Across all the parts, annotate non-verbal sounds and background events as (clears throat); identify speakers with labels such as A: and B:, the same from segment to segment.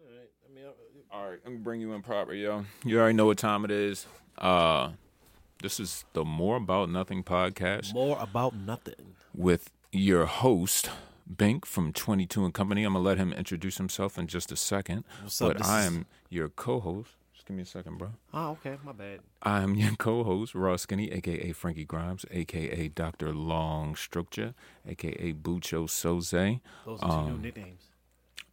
A: All right. I mean, I-
B: All right, let me bring you in proper, yo. You already know what time it is. Uh, this is the More About Nothing podcast
A: more about nothing.
B: with your host Bink from Twenty Two and Company. I'm gonna let him introduce himself in just a second,
A: What's up?
B: but
A: This
B: I
A: is-
B: am your co-host. Just give me a second, bro.
A: Oh, okay. My bad.
B: I am your co-host Ross Skinny, aka Frankie Grimes, aka Doctor Long Structure, aka Bucho Soze.
A: Those are two new nicknames.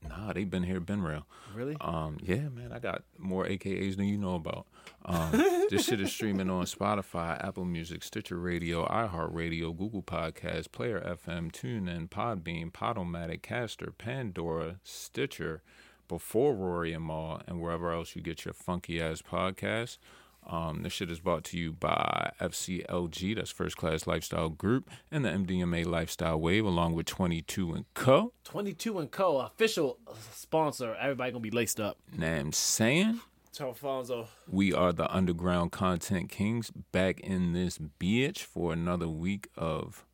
B: Nah, they've been here, been real.
A: Really?
B: Um, yeah, man, I got more AKAs than you know about. Um, this shit is streaming on Spotify, Apple Music, Stitcher Radio, iHeartRadio, Google Podcasts, Player FM, TuneIn, Podbean, Podomatic, Caster, Pandora, Stitcher, before Rory and Maul, and wherever else you get your funky ass podcasts. Um, this shit is brought to you by FCLG, that's First Class Lifestyle Group, and the MDMA Lifestyle Wave, along with 22 and Co.
A: 22 and Co. Official uh, sponsor. Everybody gonna be laced up.
B: Now I'm saying.
A: Alfonso.
B: We are the Underground Content Kings back in this bitch for another week of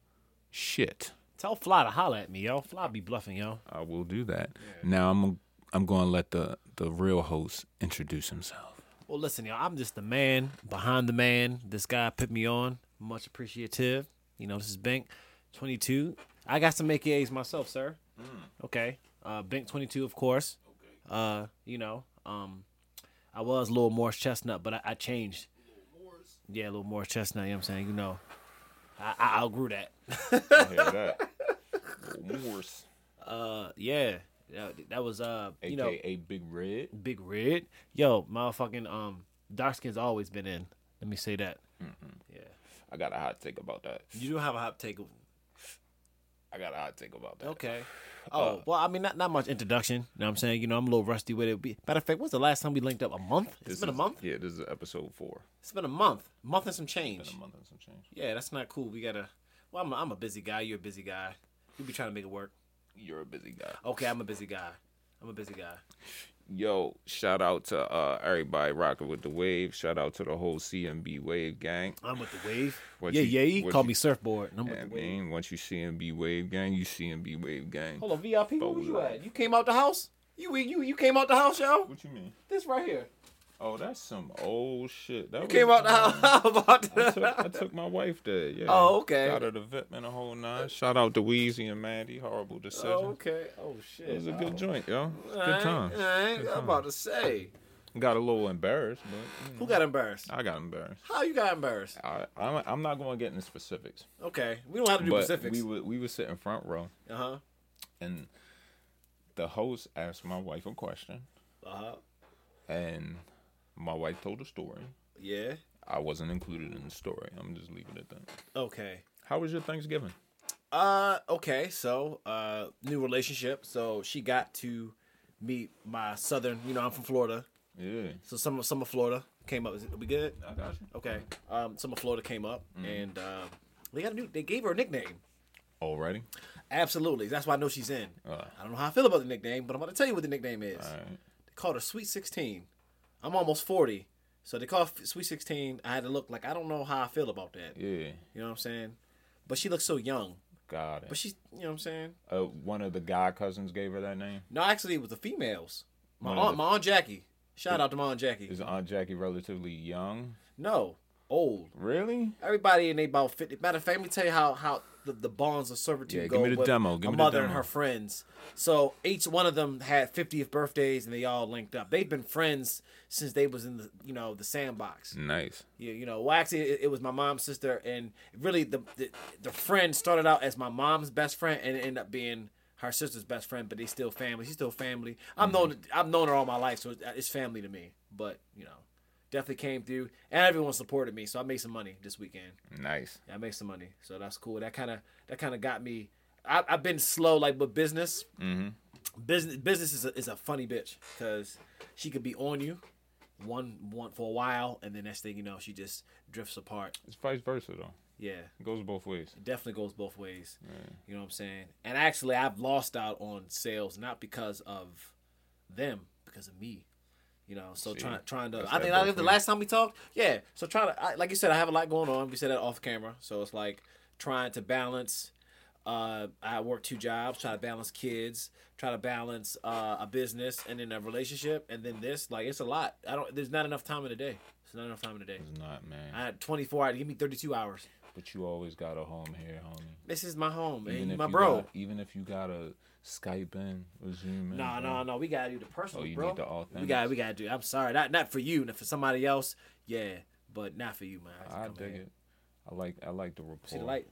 B: shit.
A: Tell Fly to holler at me, yo. Fly be bluffing, yo.
B: I will do that. Now I'm I'm going to let the the real host introduce himself.
A: Well, listen, y'all. I'm just the man behind the man. This guy put me on. Much appreciative. You know, this is Bank 22. I got some AKAs myself, sir. Okay. Uh, Bank 22, of course. Uh, you know, um, I was Lil Morris Chestnut, but I, I changed. Yeah, Lil Morris Chestnut. You know what I'm saying? You know, I, I outgrew that.
B: I hear that. Morse,
A: Uh, yeah. That, that was uh, you know,
B: Big Red.
A: Big Red. Yo, motherfucking um, dark skin's always been in. Let me say that. Yeah.
B: I got a hot take about that.
A: You do have a hot take.
B: I got a hot take about that.
A: Okay. Oh, well, I mean, not, not much introduction. You know what I'm saying? You know, I'm a little rusty with it. Be- Matter of fact, when's the last time we linked up? A month? It's been a month?
B: Yeah, this is episode four.
A: It's been a month. Month and some change.
B: A month and some change.
A: Yeah, that's not cool. We gotta. Well, I'm a, I'm a busy guy. You're a busy guy. You be trying to make it work.
B: You're a busy guy.
A: Okay, I'm a busy guy. I'm a busy guy.
B: Yo, shout out to uh, everybody rocking with the wave. Shout out to the whole CMB wave gang.
A: I'm with the wave.
B: What
A: yeah,
B: you-
A: yeah. He
B: what
A: called
B: you-
A: me surfboard. And I'm with
B: I
A: the wave.
B: mean, once you CMB wave gang, you CMB wave gang.
A: Hold on, VIP. Where
B: Full
A: was you
B: life.
A: at? You came out the house. You you you came out the house, yo.
B: What you mean?
A: This right here.
B: Oh, that's some old shit. That
A: You came out the house. (laughs) How about
B: I
A: that?
B: took, I took my wife
A: (laughs)
B: there. Yeah.
A: Oh, okay.
B: Shout out to Vip and the whole nine. Shout out to Wheezy and Maddie. Horrible decision.
A: Okay. Oh shit.
B: It was a good
A: Oh.
B: joint, yo. Good time.
A: I'm about to say.
B: Got a little embarrassed, but you know,
A: Who got embarrassed?
B: I got embarrassed.
A: How you got embarrassed?
B: I, I'm, I'm not going to get into specifics,
A: Okay, we don't have to do
B: but
A: specifics.
B: we were we were sitting front row,
A: Uh huh.
B: and the host asked my wife a question,
A: Uh huh.
B: and my wife told a story,
A: Yeah.
B: I wasn't included in the story. I'm just leaving it at that.
A: Okay.
B: How was your Thanksgiving?
A: Uh. Okay. So, uh, new relationship. So she got to meet my southern. You know, I'm from Florida,
B: Yeah,
A: so some of some of Florida came up. Is it, we good?
B: I got you.
A: Okay. Um, some of Florida came up,
B: Mm-hmm.
A: and uh, they got a new. They gave her a nickname.
B: Alrighty.
A: Absolutely. That's why I know she's in.
B: Uh.
A: I don't know how I feel about the nickname, but I'm about to tell you what the nickname is.
B: All right.
A: They called her Sweet 16. I'm almost 40. So they called F- Sweet 16. I had to look like I don't know how I feel about that.
B: Yeah,
A: You know what I'm saying? But she looks so young.
B: got
A: But
B: it.
A: she, you know what I'm saying?
B: Uh, one of the guy cousins gave her that name.
A: No, actually, it was the females. My
B: One of
A: aunt,
B: the-
A: my aunt Jackie. Shout out to my aunt Jackie.
B: Is Aunt Jackie relatively young?
A: No, old.
B: Really?
A: Everybody in they about 50. Matter of fact, let me tell you how, how the, the bonds of servitude
B: Yeah, give
A: go
B: me the
A: with
B: demo, give
A: my
B: me the
A: mother and
B: demo.
A: her friends. So each one of them had 50th birthdays and they all linked up. They've been friends since they was in the, you know, the sandbox.
B: Nice.
A: Yeah, you know, well, actually, it, it was my mom's sister, and really, the, the the friend started out as my mom's best friend, and it ended up being her sister's best friend. But they still family. She's still family. I've known I've known her all my life, so it- it's family to me. But you know, definitely came through, and everyone supported me, so I made some money this weekend.
B: Nice.
A: I made some money, so that's cool. That kind of that kind of got me. I, I've been slow, like with business. Mm-hmm. Business business is a, is a funny bitch because she could be on you one one for a while, and then next thing you know, she just drifts apart.
B: It's vice versa though.
A: Yeah,
B: It goes both ways.
A: definitely goes both ways. You know what I'm saying? And actually, I've lost out on sales not because of them, because of me. You know, so trying trying to.
B: that's
A: I
B: that
A: think I
B: both
A: think the
B: ways.
A: last time we talked, yeah. So trying to, I, like you said, I have a lot going on. We said that off camera, so it's like trying to balance Uh, I work two jobs, try to balance kids, try to balance uh, a business and then a relationship, and then this. Like it's a lot. I don't. There's not enough time in the day. There's not enough time in the day.
B: It's not, man.
A: I had 24 hours. Give me 32 hours.
B: but you always got a home here, homie.
A: This is my home, man.
B: Even
A: You
B: if
A: my
B: you
A: bro.
B: got- even if you gotta Skype in or Zoom in.
A: No,
B: bro.
A: no, no. We gotta do the personal,
B: Oh, you
A: bro.
B: need the authentic.
A: we got, we gotta do. I'm sorry, not not for you, not for somebody else. Yeah, but not for you, man.
B: I
A: Come
B: dig
A: here.
B: it. I like I like the rapport.
A: See the light?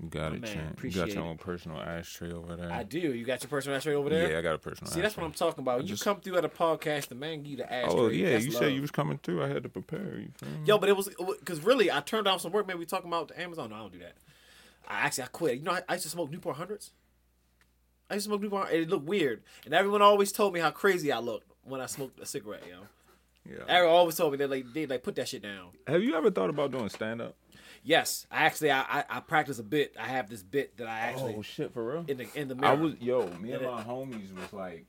B: You got it,
A: man,
B: champ. You got
A: appreciate
B: your
A: it.
B: own personal ashtray over there.
A: I do. You got your personal ashtray over there.
B: Yeah, I got a personal
A: See, that's
B: ashtray.
A: what I'm talking about. When you
B: just-
A: come through at a podcast, the man give you the ashtray.
B: Oh yeah,
A: That's
B: you
A: love.
B: said you was coming through. I had to prepare. You feel me?
A: Yo, but it was because really, I turned off some work. Man, we talking about the Amazon. No, I don't do that. I actually I quit. You know, I, I used to smoke Newport hundreds. I used to smoke Newport. And it looked weird, and everyone always told me how crazy I looked when I smoked a cigarette. Yo,
B: Yeah.
A: everyone always told me they like they like put that shit down.
B: Have you ever thought about doing stand up?
A: Yes, I actually I, I I practice a bit. I have this bit that I actually
B: Oh shit, for real?
A: in the in the mirror.
B: I was yo, me and my homies was like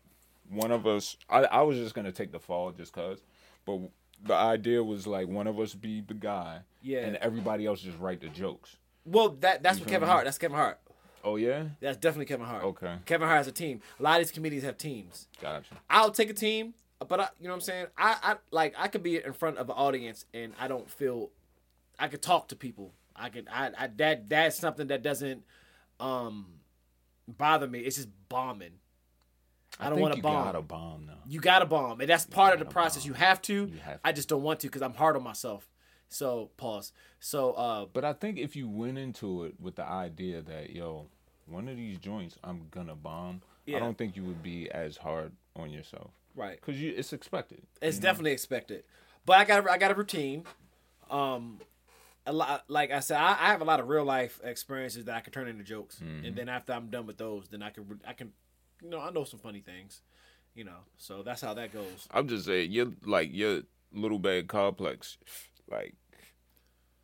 B: one of us I, I was just gonna take the fall just cause. But the idea was like one of us be the guy
A: Yeah.
B: and everybody else just write the jokes.
A: well, that that's what Kevin Hart. That's Kevin Hart.
B: Oh yeah?
A: That's definitely Kevin Hart.
B: Okay.
A: Kevin Hart has a team. A lot of these comedians have teams.
B: Gotcha.
A: I'll take a team, but I, you know what I'm saying. I, I like I could be in front of an audience and I don't feel I could talk to people. I can I, I that that's something that doesn't um bother me. It's just bombing. I, don't
B: think
A: want to
B: you
A: bomb.
B: gotta bomb now.
A: You got to bomb, and that's part of the process. You have to.
B: have
A: I just don't want to because I'm hard on myself. So pause. So uh,
B: But I think if you went into it with the idea that yo, one of these joints I'm gonna bomb,
A: Yeah.
B: I don't think you would be as hard on yourself.
A: right,
B: Cause you it's expected.
A: it's definitely expected. But I got I got a routine. Um, a lot like I said, I, I have a lot of real life experiences that I can turn into jokes, and then after I'm done with those, then I can re- I can, you know, I know some funny things, you know. So that's how that goes.
B: I'm just saying, your like your little bad complex, like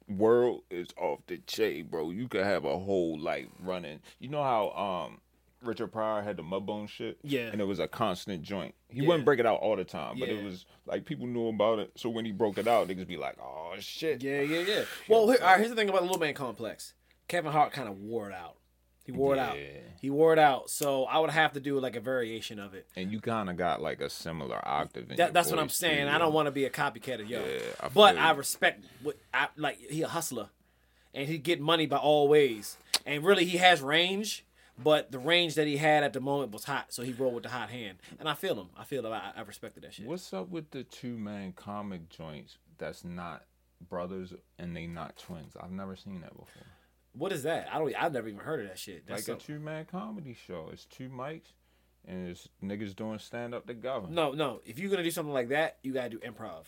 B: world is off the chain, bro. You could have a whole like running. You know how um Richard Pryor had the mudbone shit,
A: Yeah.
B: and it was a constant joint. He
A: Yeah.
B: wouldn't break it out all the time, but
A: Yeah.
B: it was like people knew about it. So when he broke it out, niggas be like, "Oh shit."
A: Yeah, yeah,
B: (laughs)
A: yeah. Well, here, all right, here's the thing about the Little Man Complex. Kevin Hart kind of wore it out. He wore it out.
B: Yeah.
A: He wore it out. So I would have to do like a variation of it.
B: And you kind of got like a similar octave. In your
A: That, that's what I'm
B: voice,
A: saying.
B: too.
A: I don't want to be a copycat of yo.
B: Yeah, I
A: but
B: feel
A: I
B: you.
A: respect what I like. He a hustler, and he get money by all ways. And really, he has range. But the range that he had at the moment was hot, so he rolled with the hot hand. And I feel him. I feel him. I, I respected that shit.
B: What's up with the two man comic joints that's not brothers and they not twins? I've never seen that before.
A: what is that? I don't. I've never even heard of that shit. That's
B: like a
A: some-
B: two man comedy show. It's two mics and it's niggas doing stand up together.
A: no, no. If you're gonna do something like that, you gotta do improv.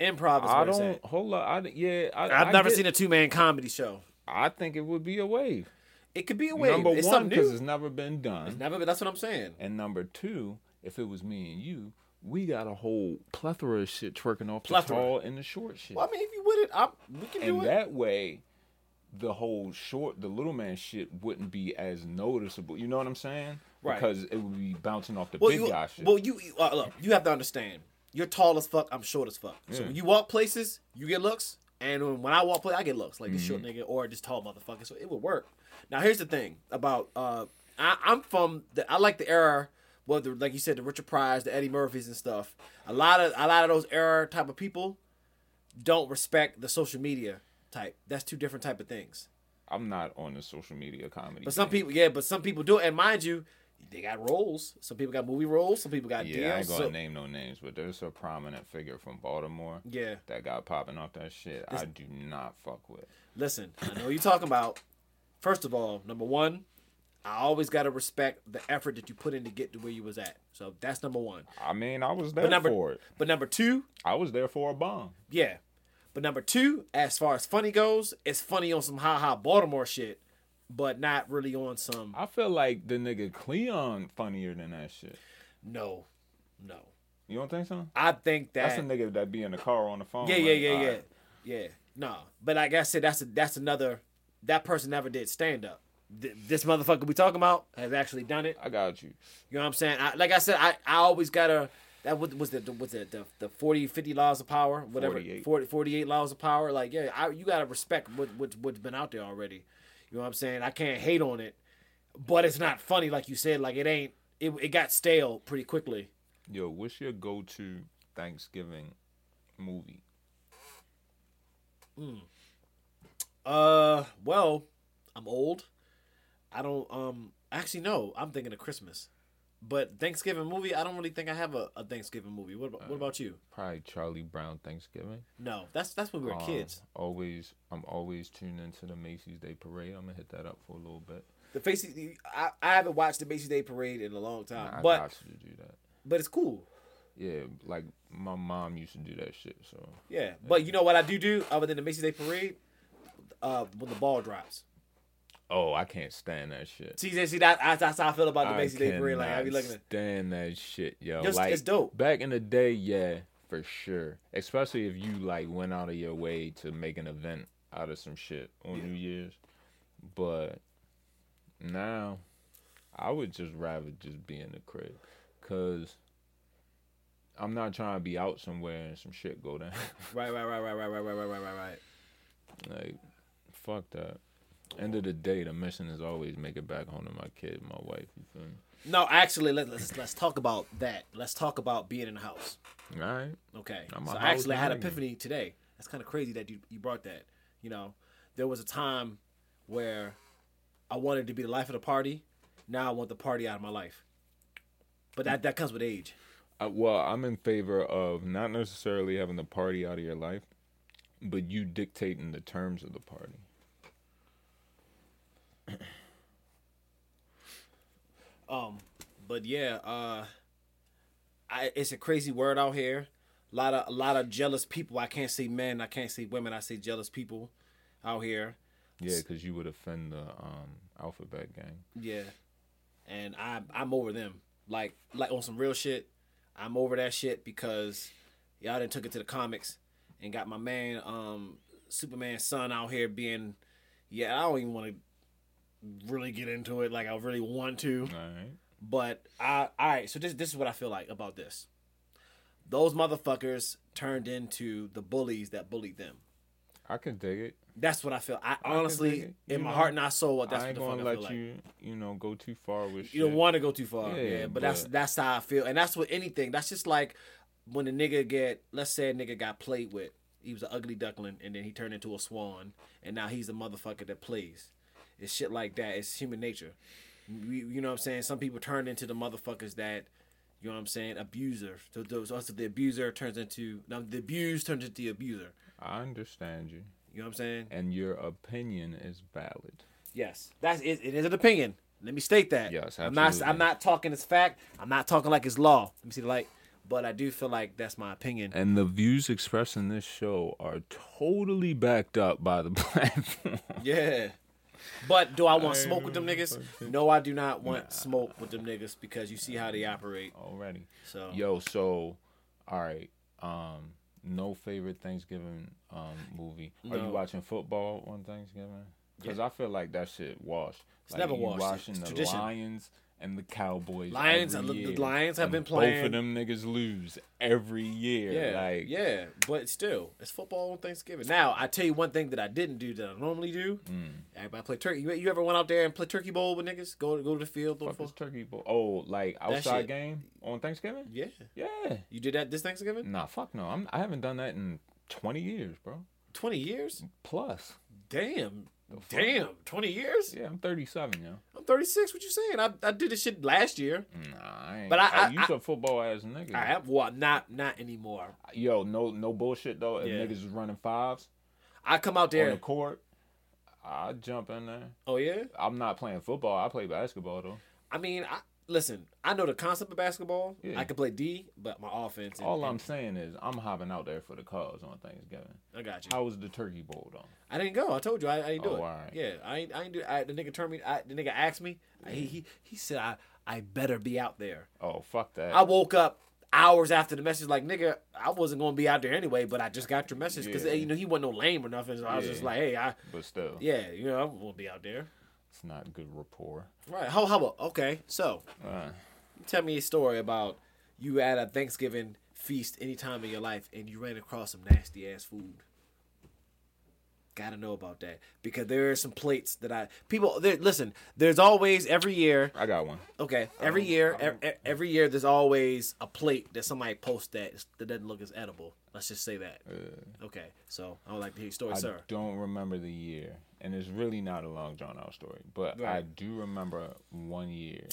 A: Improv is
B: I
A: where it's
B: don't
A: at.
B: hold up. I d- yeah, I,
A: I've
B: I
A: never
B: get-
A: seen a two man comedy show.
B: I think it would be a wave.
A: It could be a wave.
B: number
A: it's
B: one,
A: something
B: because
A: new.
B: it's never been done,
A: Never, but that's what I'm saying.
B: and number two, if it was me and you, we got a whole plethora of shit twerking off
A: Plethora.
B: the tall and the short shit.
A: Well, I mean, if you with it, I'm, we can do
B: and
A: it.
B: that way the whole short the little man shit wouldn't be as noticeable you know what i'm saying
A: Right.
B: because it would be bouncing off the
A: well,
B: big
A: you,
B: guy shit
A: well, you uh, look. You have to understand. You're tall as fuck. I'm short as fuck. So
B: Yeah.
A: when you walk places, you get looks, and when, when I walk places, I get looks like this short
B: Mm-hmm.
A: nigga or this tall motherfucker. So it would work. Now here's the thing about uh, I, I'm from the I like the era. Well, the, like you said, the Richard Pryor's, the Eddie Murphys, and stuff. A lot of a lot of those era type of people don't respect the social media type. That's two different type of things.
B: i'm not on the social media comedy
A: But some people, yeah, but some people do, it. and mind you, they got roles. Some people got movie roles. Some people got
B: yeah
A: deals.
B: i ain't gonna
A: so-
B: name no names but there's a prominent figure from baltimore
A: Yeah.
B: that got popping off that shit i do not fuck with
A: Listen, I know what you're talking about. First of all, number one, I always gotta respect the effort that you put in to get to where you was at. So that's number one.
B: i mean i was there
A: But number
B: for it
A: but number two,
B: i was there for a bomb
A: yeah. But number two, as far as funny goes, it's funny on some ha ha Baltimore shit, but not really on some
B: i feel like the nigga cleon funnier than that shit
A: no, no.
B: you don't think so
A: I think that
B: that's a nigga that be in the car on the phone
A: Yeah,
B: like,
A: yeah, yeah,
B: "All
A: yeah,
B: right,
A: yeah. No, but like I said, that's a, that's another. That person never did stand up. Th- this motherfucker we talking about has actually done it.
B: i got you
A: You know what I'm saying? I, like I said, I, I always gotta. That was, was the was it the the 40, 50 laws of power, whatever,
B: 48.
A: 40, 48 laws of power. Like yeah, I, you gotta respect what what what's been out there already. You You know what I'm saying? I can't hate on it, but it's not funny like you said. Like it ain't. It it got stale pretty quickly.
B: Yo, what's your go-to Thanksgiving movie?
A: Uh, well, I'm old. I don't. Um, actually, no. I'm thinking of Christmas, but Thanksgiving movie. I don't really think I have a, a Thanksgiving movie. What about what about you?
B: Probably Charlie Brown Thanksgiving.
A: No, that's that's when we were
B: Um,
A: kids.
B: Always, I'm always tuned into the Macy's Day Parade. I'm gonna hit that up for a little bit.
A: The Macy's. I, I haven't watched the Macy's Day Parade in a long time,
B: I
A: Uh, but
B: got you to do that.
A: but it's cool.
B: Yeah, like my mom used to do that shit. So
A: Yeah, but you know what I do do other than the Macy's Day Parade, uh, when the ball drops.
B: oh, I can't stand that shit.
A: See, see, that I, that's how I feel about the Macy's Day Parade. Like I
B: cannot
A: be looking at.
B: stand that shit, yo.
A: Just-
B: like
A: it's dope.
B: Back in the day, yeah, for sure. Especially if you like went out of your way to make an event out of some shit on New Year's. But now, I would just rather just be in the crib, cause I'm not trying to be out somewhere and some shit go
A: (laughs)
B: down. (laughs)
A: Right, right, right, right, right, right, right, right, right, right, right.
B: like, fuck that. End of the day, the mission is always make it back home to my kid, my wife. You feel me?
A: No, actually, let, let's let's talk about that. Let's talk about being in the house.
B: All right.
A: Okay.
B: I'm a
A: so
B: house
A: actually, I had an
B: nigga.
A: epiphany today. That's kind of crazy that you, you brought that. You know, there was a time where I wanted to be the life of the party. Now I want the party out of my life. But that, that comes with age.
B: Uh, well, I'm in favor of not necessarily having the party out of your life, but you dictating the terms of the party.
A: Um, but yeah, uh, I, it's a crazy word out here. A lot of a lot of jealous people. I can't say men. I can't say women. I say jealous people out here.
B: Yeah, because you would offend the um, alphabet gang.
A: Yeah. And I I'm over them. Like like on some real shit. I'm over that shit because y'all done took it to the comics and got my man um Superman's son out here being yeah, I don't even want to really get into it like I really want to.
B: All right.
A: But I all right, so this this is what I feel like about this. Those motherfuckers turned into the bullies that bullied them.
B: I can dig it.
A: That's what I feel. I
B: dig
A: honestly,
B: it.
A: in
B: You
A: my
B: know,
A: heart and I soul, that's
B: I
A: what
B: ain't
A: the fuck I
B: gonna
A: feel
B: let
A: like.
B: you, you know, go too far with shit.
A: You don't want to go too far.
B: Yeah,
A: Yeah, but, that's
B: but-
A: that's how I feel, and that's with anything. That's just like when a nigga get, let's say a nigga got played with. He was an ugly duckling, and then he turned into a swan, and now he's a motherfucker that plays. It's shit like that. It's human nature. We, you know what I'm saying? Some people turn into the motherfuckers that, you know what I'm saying, abuser. So those also the abuser turns into now the abused turns into the abuser.
B: I understand you,
A: You know what I'm saying?
B: and your opinion is valid.
A: Yes, that's it. It is an opinion. Let me state that.
B: Yes,
A: I'm not.
B: absolutely.
A: I'm not talking as fact. I'm not talking like it's law. Let me see the light. But I do feel like that's my opinion.
B: And the views expressed in this show are totally backed up by the (laughs) platform.
A: Yeah. But do I want
B: I
A: smoke with them
B: know,
A: niggas?
B: fuck it.
A: No, I do not want smoke with them niggas because you see how they operate.
B: Already.
A: So
B: Yo, so all right. Um, no favorite Thanksgiving um movie. Are
A: No.
B: you watching football on Thanksgiving? Because I feel like that shit washed. It's
A: never
B: you
A: washed.
B: Watching
A: It's
B: the
A: tradition.
B: Lions and the Cowboys.
A: Lions,
B: every
A: uh, the
B: year.
A: Lions have
B: And
A: been
B: Both
A: playing.
B: of them niggas lose every year.
A: yeah,
B: like
A: yeah. But still, it's football on Thanksgiving. Now I tell you one thing that I didn't do that I normally do.
B: Mm.
A: Everybody play turkey. You, you ever went out there and play turkey bowl with niggas? Go go to the field. throw the
B: Fuck this
A: football?
B: turkey bowl. Oh, like outside
A: shit-
B: game on Thanksgiving?
A: Yeah,
B: Yeah.
A: you did that this Thanksgiving.
B: Nah, fuck no. I'm. I haven't done that in twenty years, bro.
A: Twenty years.
B: Plus.
A: Damn.
B: fuck?
A: Damn, 20 years?
B: Yeah, I'm 37, yo.
A: I'm 36. What you saying? I, I did this shit last year.
B: Nah, I ain't.
A: But I- I-
B: you a football ass nigga.
A: I have well, not not anymore.
B: yo, no, no bullshit though. If
A: Yeah.
B: niggas is running fives
A: I come out
B: on
A: there.
B: the court, I jump in there.
A: oh yeah.
B: I'm not playing football. I play basketball though.
A: I mean, I listen. I know the concept of basketball.
B: Yeah.
A: I can play D, but my offense. and-
B: All I'm
A: and-
B: saying is I'm hopping out there for the cause on Thanksgiving.
A: I got you.
B: How was the turkey bowl though?
A: I didn't go. I told you I, I didn't do
B: Oh,
A: it.
B: alright.
A: Yeah, I ain't, I ain't do. I, the nigga turned me. I, the nigga asked me. I- he, he he said I I better be out there.
B: Oh fuck that.
A: I woke up hours after the message, like nigga, I wasn't gonna be out there anyway. But I just got your message because
B: Yeah.
A: you know he wasn't no lame or nothing. So I was
B: Yeah.
A: just like, hey, I
B: but still,
A: Yeah, you know, we'll be out there.
B: it's not good rapport.
A: Right. How, how about, okay, so
B: Uh,
A: tell me a story about you at a Thanksgiving feast any time in your life and you ran across some nasty ass food. Gotta know about that because there are some plates that I people. There, listen, there's always every year.
B: I got one.
A: Okay,
B: Um,
A: every year, e- e- every year, there's always a plate that somebody posts that is- that doesn't look as edible. Let's just say that. Okay, so I would like to hear your story,
B: I
A: sir.
B: don't remember the year, and it's really not a long drawn out story, but I
A: Right.
B: do remember one year,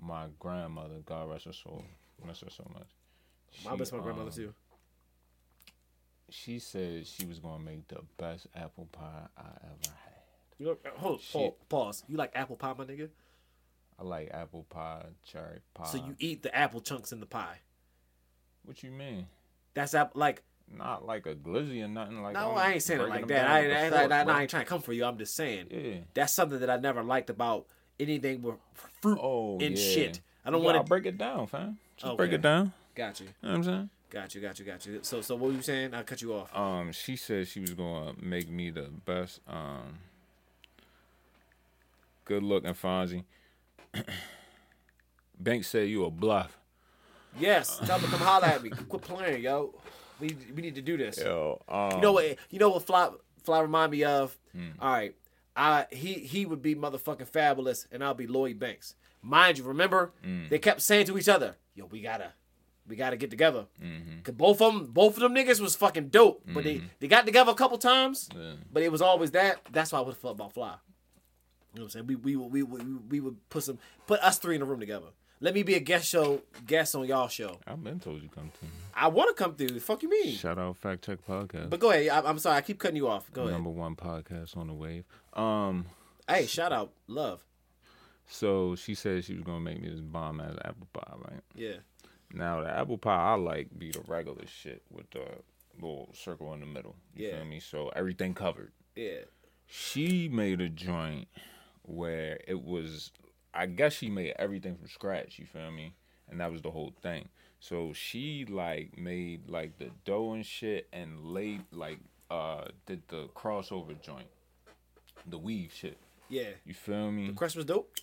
B: my grandmother, God rest her soul, miss her so much.
A: I miss my
B: um,
A: grandmother too.
B: She said she was gonna make the best apple pie I ever had.
A: You know, hold, hold, pause. You like apple pie, my nigga?
B: I like apple pie, cherry pie.
A: So you eat the apple chunks in the pie.
B: what you mean?
A: That's app- like
B: Not like a glizzy or nothing like.
A: no,
B: I'm
A: I ain't saying it
B: breaking
A: like
B: them
A: that.
B: down
A: I
B: with
A: ain't,
B: the
A: I, ain't,
B: fork,
A: I, ain't-
B: bro.
A: I ain't trying to come for you. I'm just saying
B: Yeah.
A: that's something that I never liked about anything with fruit
B: Oh,
A: and
B: yeah.
A: shit. I
B: You
A: don't
B: gotta
A: want to.
B: break it down, fam. Just break
A: Okay.
B: it down.
A: Got you,
B: You know what I'm saying?
A: got you, got you, got you. So, so what were you saying? I cut you off.
B: um she said she was gonna make me the best um good looking Fonzie. (clears throat) Banks said you a bluff.
A: Yes, tell them to come holler at me. Quit playing, yo. We we need to do this.
B: Yo, um,
A: You know what? You know what? Fly Fly remind me of. All right, I he he would be motherfucking fabulous, and I'll be Lloyd Banks. Mind you, remember they kept saying to each other, "Yo, we gotta." We gotta get together, cause both of them, both of them niggas was fucking dope. But they, they got together a couple times, but it was always that. That's why I would felt about Fly. You know what I'm saying? We we would we would we would put some put us three in a room together. Let me be a guest show guest on y'all show.
B: I've been told you come to me.
A: I want to come through. The fuck you mean?
B: Shout out Fact Check Podcast.
A: But go ahead. I, I'm sorry. I keep cutting you off. Go ahead.
B: Number one podcast on the wave. Um
A: Hey, shout out. Love.
B: so she said she was gonna make me this bomb ass apple pie, right?
A: Yeah.
B: Now the apple pie I like be the regular shit with the little circle in the middle. You
A: Yeah.
B: feel me? So everything covered.
A: Yeah.
B: she made a joint where it was I guess she made everything from scratch, you feel me? And that was the whole thing. So she like made like the dough and shit and laid like uh did the crossover joint. The weave shit.
A: Yeah.
B: You feel me?
A: Crust was dope.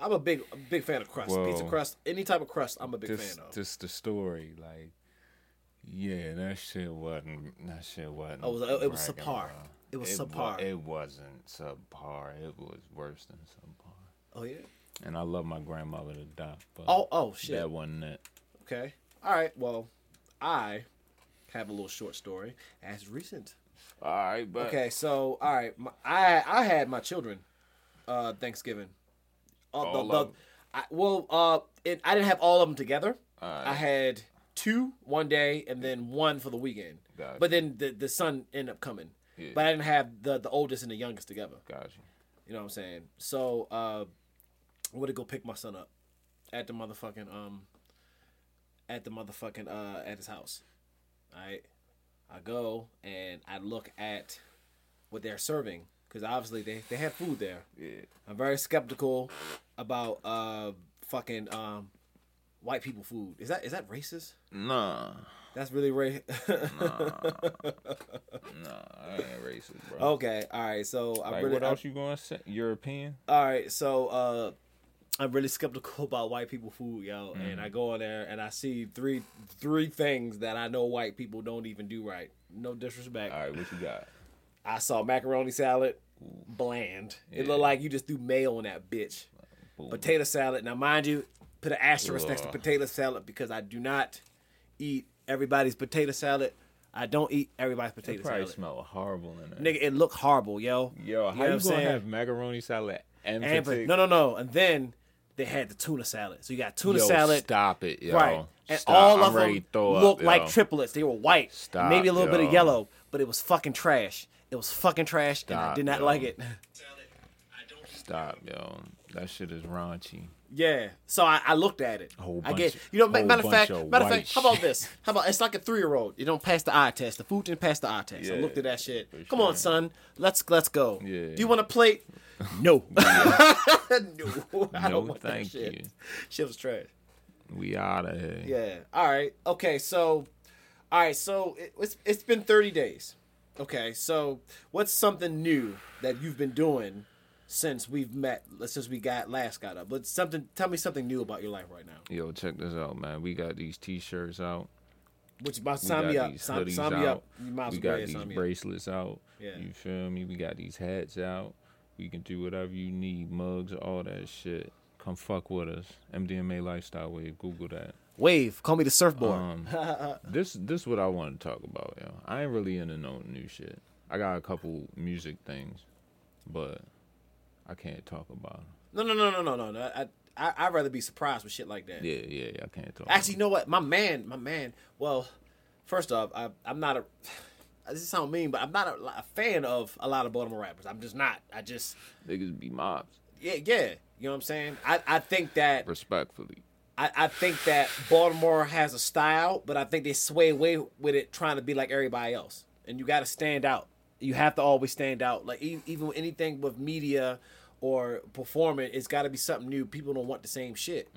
A: I'm a big a big fan of crust. Pizza
B: Whoa.
A: crust. Any type of crust, I'm a big
B: This
A: fan of.
B: this the story, like yeah, that shit wasn't that shit wasn't
A: Oh, it was- it was
B: bragging,
A: subpar.
B: bro.
A: It was
B: wa-
A: subpar.
B: it wasn't subpar. It was worse than subpar.
A: oh yeah.
B: And I love my grandmother to death. But
A: Oh oh shit.
B: that wasn't it.
A: Okay. All right. Well, I have a little short story as recent.
B: All right, but
A: Okay. So all right, my, I I had my children, uh, Thanksgiving. Uh, the-
B: All
A: the-
B: of 'em?
A: I, well, uh, it, I didn't have all of them together.
B: Alright.
A: I had two one day and then one for the weekend.
B: Gotcha.
A: But then the the son ended up coming.
B: Yeah.
A: But I didn't have the the oldest and the youngest together.
B: Gotcha.
A: You know what I'm saying? So uh, I would go pick my son up at the motherfucking um at the motherfucking uh at his house. Alright. I go and I look at what they're serving because obviously they they have food there.
B: Yeah.
A: I'm very skeptical about uh fucking um white people food. Is that is that racist?
B: Nah,
A: That's really ra- (laughs)
B: nah, I ain't racist, bro.
A: okay. All right. So Oh, I
B: like,
A: really
B: what
A: I-
B: else you gonna say? European?
A: All right, so uh, I'm really skeptical (laughs) about white people food, yo.
B: Mm.
A: And I go in there and I see three three things that I know white people don't even do right. No disrespect.
B: All right, what you got?
A: I saw macaroni salad, bland. It
B: Yeah.
A: looked like you just threw mayo on that bitch.
B: Boom.
A: Potato salad. Now, mind you, put an asterisk next to
B: Ugh.
A: potato salad because I do not eat everybody's potato salad. I don't eat everybody's potato
B: It probably
A: salad.
B: smell horrible in there.
A: Nigga, it looked horrible, yo. know
B: Yo, how
A: what
B: you,
A: I'm
B: gonna
A: saying?
B: have macaroni salad and,
A: And but-
B: potato-
A: no, no, no. And then they had the tuna salad. So you got tuna
B: Yo,
A: salad,
B: Stop it, yo.
A: right? And
B: Stop.
A: all
B: I'm
A: of
B: ready
A: them
B: to throw up,
A: looked like
B: yo.
A: triplets. They were white,
B: Stop,
A: maybe a little bit of
B: yo.
A: yellow, but it was fucking trash. It was fucking trash, and I
B: Stop,
A: did not
B: yo.
A: like it.
B: Stop, yo. That shit is raunchy.
A: Yeah, so I, I looked at it.
B: whole
A: I
B: bunch
A: get
B: of-
A: you know.
B: whole
A: Matter of
B: bunch
A: fact,
B: of
A: matter of fact,
B: white
A: how about
B: shit.
A: this? How about it's like a three year old. You don't pass the eye test. The food didn't pass the eye test. I
B: Yeah,
A: looked at that shit.
B: for
A: Come
B: sure.
A: on, son. Let's let's go.
B: Yeah.
A: Do you want a
B: (laughs)
A: plate? No. no. (laughs) I
B: No,
A: don't want
B: thank
A: that shit.
B: you.
A: Shit was trash.
B: We outta here.
A: Yeah. All right. Okay. So, all right. So it, it's it's been thirty days. Okay. So what's something new that you've been doing since we've met? Since we got last got up. But something. Tell me something new about your life right now.
B: Yo, check this out, man. We got these t-shirts out.
A: Which about
B: We
A: sign
B: got
A: me up.
B: these
A: Sign,
B: hoodies
A: sign me
B: out.
A: up. You might
B: we
A: as
B: got
A: well
B: these
A: sign me up.
B: bracelets out.
A: Yeah.
B: You feel me? We got these hats out. We can do whatever you need, mugs, all that shit. Come fuck with us. MDMA lifestyle wave. Google that.
A: Wave. Call me the surfboard. (laughs)
B: Um, this this what I want to talk about, yo. I ain't really into no new shit. I got a couple music things, but I can't talk about 'em.
A: no, no, no, no, no, no, no. I, I I'd rather be surprised with shit like that.
B: Yeah, yeah, yeah. I can't talk.
A: Actually, you know what? My man, my man. Well, first off, I, I'm not a. (sighs) This sound mean, but I'm not a, a fan of a lot of Baltimore rappers. I'm just not. I just
B: niggas be mobs,
A: yeah, yeah. You know what I'm saying? I, I think that
B: respectfully.
A: I, I think that Baltimore has a style, but I think they sway away with it trying to be like everybody else. And you got to stand out. You have to always stand out. Like e- even with anything with media or performing, it's got to be something new. People don't want the same shit.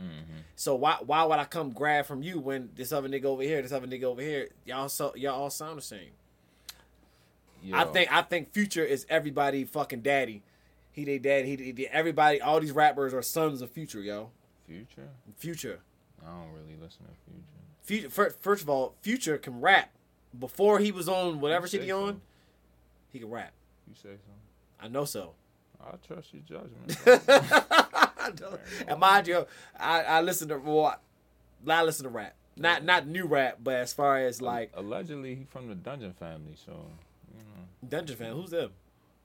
A: So why why would I come grab from you when this other nigga over here, this other nigga over here, y'all so y'all all sound the same. I
B: Yo.
A: think I think Future is everybody fucking daddy. He they daddy. He they- they, everybody. All these rappers are sons of Future, yo.
B: Future.
A: Future.
B: I don't really listen to Future.
A: Future, first, first of all, Future can rap. Before he was on whatever
B: You
A: shit
B: say
A: he on,
B: so.
A: he can rap.
B: You say something.
A: I know
B: (laughs)
A: so.
B: I trust your (laughs) judgment.
A: I know. And mind you, I, I listen to well, I listen to rap. Not not new rap, but as far as (laughs) like
B: allegedly he from the Dungeon family, so you know.
A: Dungeon Fan, who's them?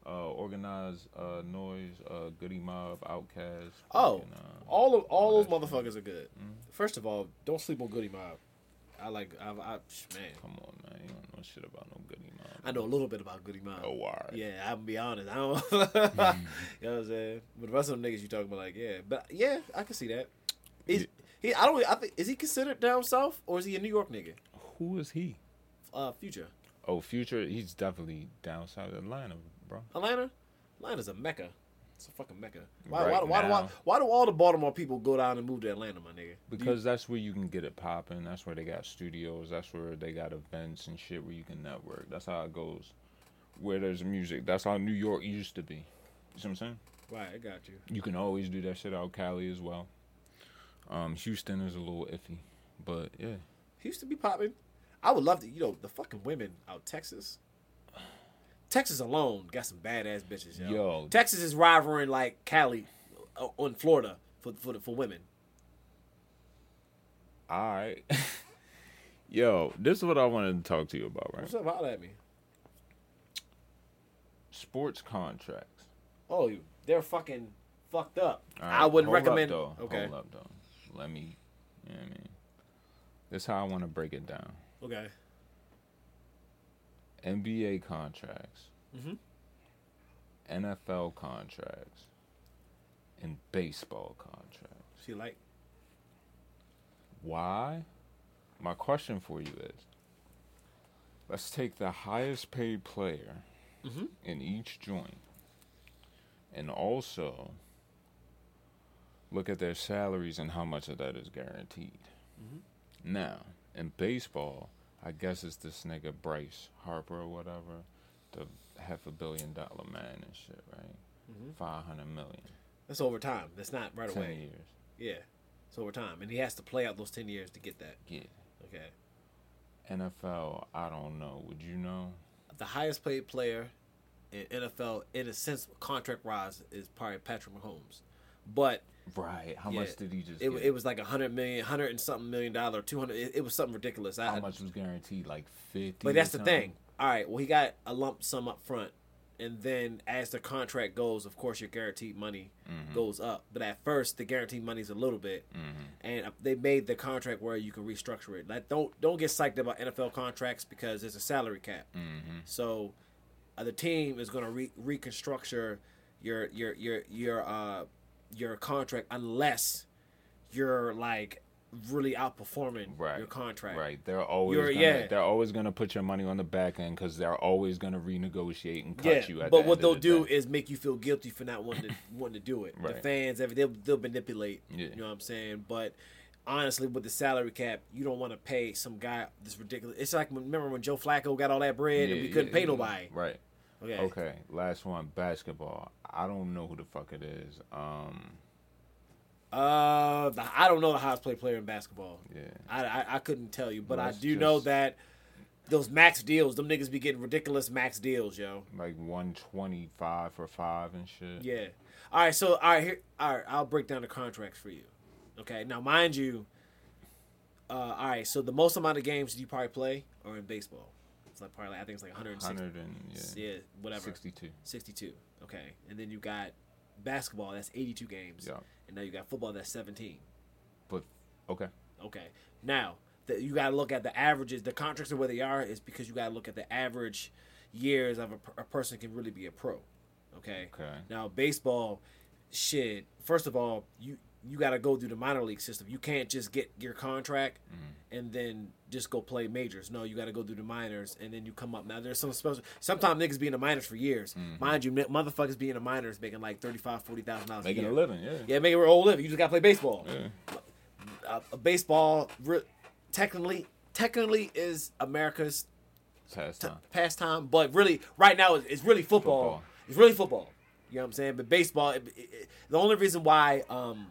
B: Uh, organized uh, noise, uh, Goody Mob, Outcast.
A: Oh,
B: fucking, uh,
A: all of all those
B: that shit.
A: motherfuckers are good.
B: Mm-hmm.
A: First of all, don't sleep on Goody Mob. I like I, I psh, man.
B: Come on, man. You don't know shit about no Goody Mob.
A: I know a little bit about Goody Mob.
B: Oh, why?
A: Yeah, I'm gonna be honest. I don't. (laughs) you
B: Mm-hmm.
A: know what I'm saying? But the rest of them niggas you talking about, like, yeah, but yeah, I can see that. Is he? I don't. I think is he considered down south or is he a New York nigga?
B: Who is he?
A: Uh, Future,
B: Oh, Future. He's definitely down south Atlanta, bro.
A: Atlanta, Atlanta's a mecca. It's a fucking mecca. Why?
B: Right
A: why, why, do I,
B: now.
A: why do all the Baltimore people go down and move to Atlanta, my nigga? Do you-
B: Because that's where you can get it popping. That's where they got studios. That's where they got events and shit where you can network. That's how it goes. Where there's music. That's how New York used to be. You see what I'm saying?
A: right, I got you.
B: You can always do that shit out Cali as well. Um, Houston is a little iffy, but yeah.
A: Houston be popping. I would love to. You know, the fucking women out Texas. Texas alone got some badass bitches, yo.
B: Yo.
A: Texas is rivaling like Cali uh, on Florida for for the- for women.
B: All right. (laughs) Yo, this is what I wanted to talk to you about, right?
A: What's up? Holla at me.
B: Sports contracts.
A: Oh, you- they're fucking fucked up.
B: All right,
A: I wouldn't
B: hold up,
A: recommend.
B: though.
A: Okay.
B: Hold up though. Let me. You know what I mean, this is how I want to break it down.
A: Okay.
B: NBA contracts,
A: Mm-hmm.
B: NFL contracts, and baseball contracts.
A: She like.
B: Why? My question for you is let's take the highest paid player
A: Mm-hmm.
B: in each joint and also look at their salaries and how much of that is guaranteed.
A: Mm-hmm.
B: Now, in baseball, I guess it's this nigga Bryce Harper or whatever, the half a billion dollar man and shit, right? 500 million,
A: That's over time. That's not Mm-hmm. right
B: 10
A: away.
B: years.
A: Yeah. It's over time, and he has to play out those ten years to get that.
B: Yeah.
A: Okay.
B: NFL, I don't know. Would you know?
A: the highest paid player in NFL in a sense contract wise is probably Patrick Mahomes. But
B: Right. How
A: yeah,
B: much did he just
A: it,
B: get?
A: it was like a hundred million, hundred and something million dollar, two hundred. It, it was something ridiculous. I,
B: How much was guaranteed? Like fifty.
A: But
B: or
A: that's the
B: something?
A: thing. All right. Well, he got a lump sum up front, and then as the contract goes, of course, your guaranteed money
B: Mm-hmm.
A: goes up. But at first, the guaranteed money's a little bit, and uh, they made the contract where you can restructure it. Like don't don't get psyched about NFL contracts because there's a salary cap. So uh, the team is going to re- reconstructure your your your your uh your contract unless you're like really outperforming
B: Right.
A: your contract.
B: Right. They're always.
A: You're-
B: gonna,
A: yeah.
B: They're always gonna put your money on the back end because they're always gonna renegotiate and cut
A: yeah,
B: you at
A: but
B: the
A: what
B: end
A: they'll
B: of the
A: do
B: day.
A: is make you feel guilty for not wanting to,
B: (laughs)
A: wanting to do it. The
B: Right.
A: fans, every they'll, they'll manipulate.
B: Yeah.
A: You know what I'm saying? But honestly, with the salary cap, you don't want to pay some guy this ridiculous. It's like remember when Joe Flacco got all that bread and
B: Yeah,
A: we couldn't
B: yeah,
A: pay
B: yeah.
A: nobody.
B: Right.
A: Okay.
B: Okay. Last one. Basketball. I don't know who the fuck it is. Um.
A: Uh, the- I don't know the highest played player in basketball.
B: Yeah.
A: I I, I couldn't tell you, but I
B: Let's
A: do know
B: just-
A: that those max deals, them niggas be getting ridiculous max deals, yo.
B: Like 125 for five and shit.
A: Yeah. All right. So all right. Here, all right. I'll break down the contracts for you. Okay. Now, mind you. Uh, all right. So the most amount of games you probably play are in baseball. It's like probably I think it's like 160.
B: 100 and yeah,
A: Yeah. Whatever.
B: 62.
A: 62. Okay. And then you got basketball. That's 82 games.
B: Yeah.
A: And now you got football. That's 17.
B: But okay.
A: Okay. Now that you got to look at the averages, the contracts of where they are is because you got to look at the average years of a, per- a person can really be a pro. Okay.
B: Okay.
A: Now baseball, shit. First of all, you you got to go through the minor league system. You can't just get your contract
B: Mm-hmm.
A: and then just go play majors. No, you got to go through the minors and then you come up. Now there's some special. Sometimes niggas be in the minors for years,
B: Mm-hmm.
A: mind you. mi- Motherfuckers be in the minors making like thirty five, forty thousand dollars.
B: Making
A: year.
B: a living, yeah.
A: Yeah, make it real living. You just gotta play baseball.
B: Yeah.
A: Uh, baseball, re- technically, technically is America's t-
B: Pastime.
A: pastime, but really, right now, it's, it's really football.
B: Football.
A: It's really football. You know what I'm saying? But baseball, it, it- it- the only reason why um,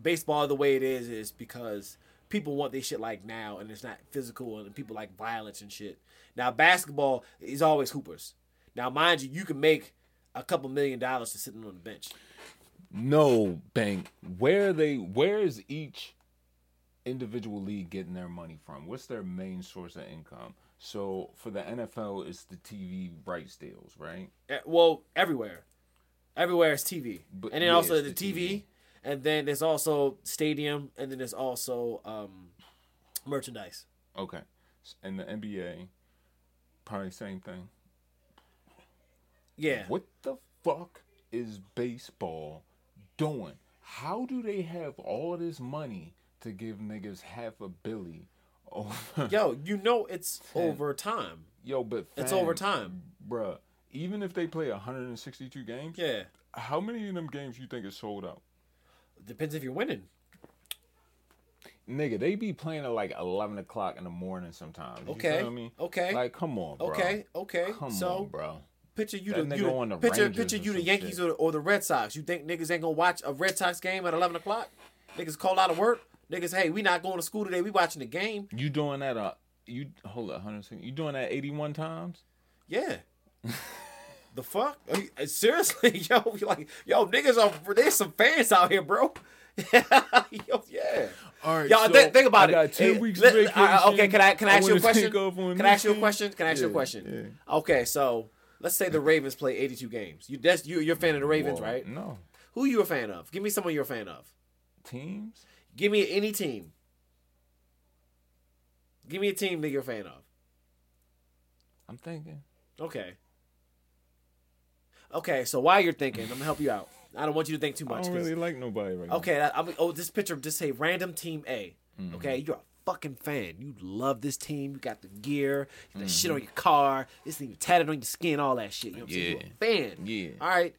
A: baseball the way it is is because people want this shit like now, and it's not physical, and people like violence and shit. Now basketball is always hoopers. Now, mind you, you can make a couple million dollars just sitting on the bench.
B: No, bank. Where they where is each individual league getting their money from? What's their main source of income? So for the NFL it's the TV rights deals, right?
A: Eh, well everywhere everywhere is tv
B: But-
A: and then
B: yeah,
A: also
B: it's
A: the,
B: the
A: TV,
B: TV.
A: and then there's also stadium and then there's also um merchandise
B: Okay. S- And the NBA probably same thing.
A: yeah
B: What the fuck is baseball doing? How do they have all this money to give niggas half a billy over
A: yo you know it's over time
B: Yo, but
A: It's
B: fam,
A: overtime.
B: bruh. Even if they play 162 games,
A: yeah
B: how many of them games you think is sold out?
A: depends if you're winning
B: Nigga, they be playing at like 11 o'clock in the morning sometimes. You
A: Okay,
B: feel me?
A: okay,
B: Like, come on, bro.
A: okay okay
B: Come
A: so
B: on, bro.
A: picture you
B: That
A: the,
B: nigga
A: you
B: on
A: the,
B: the
A: picture
B: Rangers
A: picture
B: or
A: you the
B: some
A: yankees
B: shit.
A: or the, or the red sox you think niggas ain't gonna watch a red sox game at 11 o'clock niggas call out of work niggas hey we not going to school today we watching the game
B: You doing that, uh, you, hold up, 160, you doing that 81 times?
A: Yeah. (laughs) the fuck? Are you- uh, seriously, (laughs) yo, we like, yo, niggas are there's some fans out here, bro. (laughs) yo, yeah.
B: All right,
A: Y'all
B: so
A: thi- think about
B: I
A: it.
B: got two
A: Eh,
B: weeks
A: let-
B: vacation.
A: uh, okay, can I can I ask you a
B: wanna (laughs)
A: question?
B: take off on
A: Can I ask you a
B: this
A: question? Can I ask you a
B: Yeah,
A: question? Okay, so let's say the Ravens play 82 games. You that's you you're a fan of the Ravens,
B: Well,
A: right?
B: No.
A: Who you a fan of? Give me someone you're a fan of.
B: Teams?
A: Give me any team. Give me a team that you're a fan of.
B: I'm thinking.
A: Okay. Okay, so while you're thinking, I'm gonna help you out. I don't want you to think too
B: I
A: much.
B: don't
A: 'cause-
B: really like nobody right
A: Okay, I, I'm, oh, this picture just say random team A. Okay,
B: Mm-hmm.
A: you're a fucking fan. You love this team. You got the gear, you got the shit
B: Mm-hmm.
A: on your car. This thing tatted on your skin, all that shit. You know what I'm saying? You're a fan.
B: Yeah.
A: All right,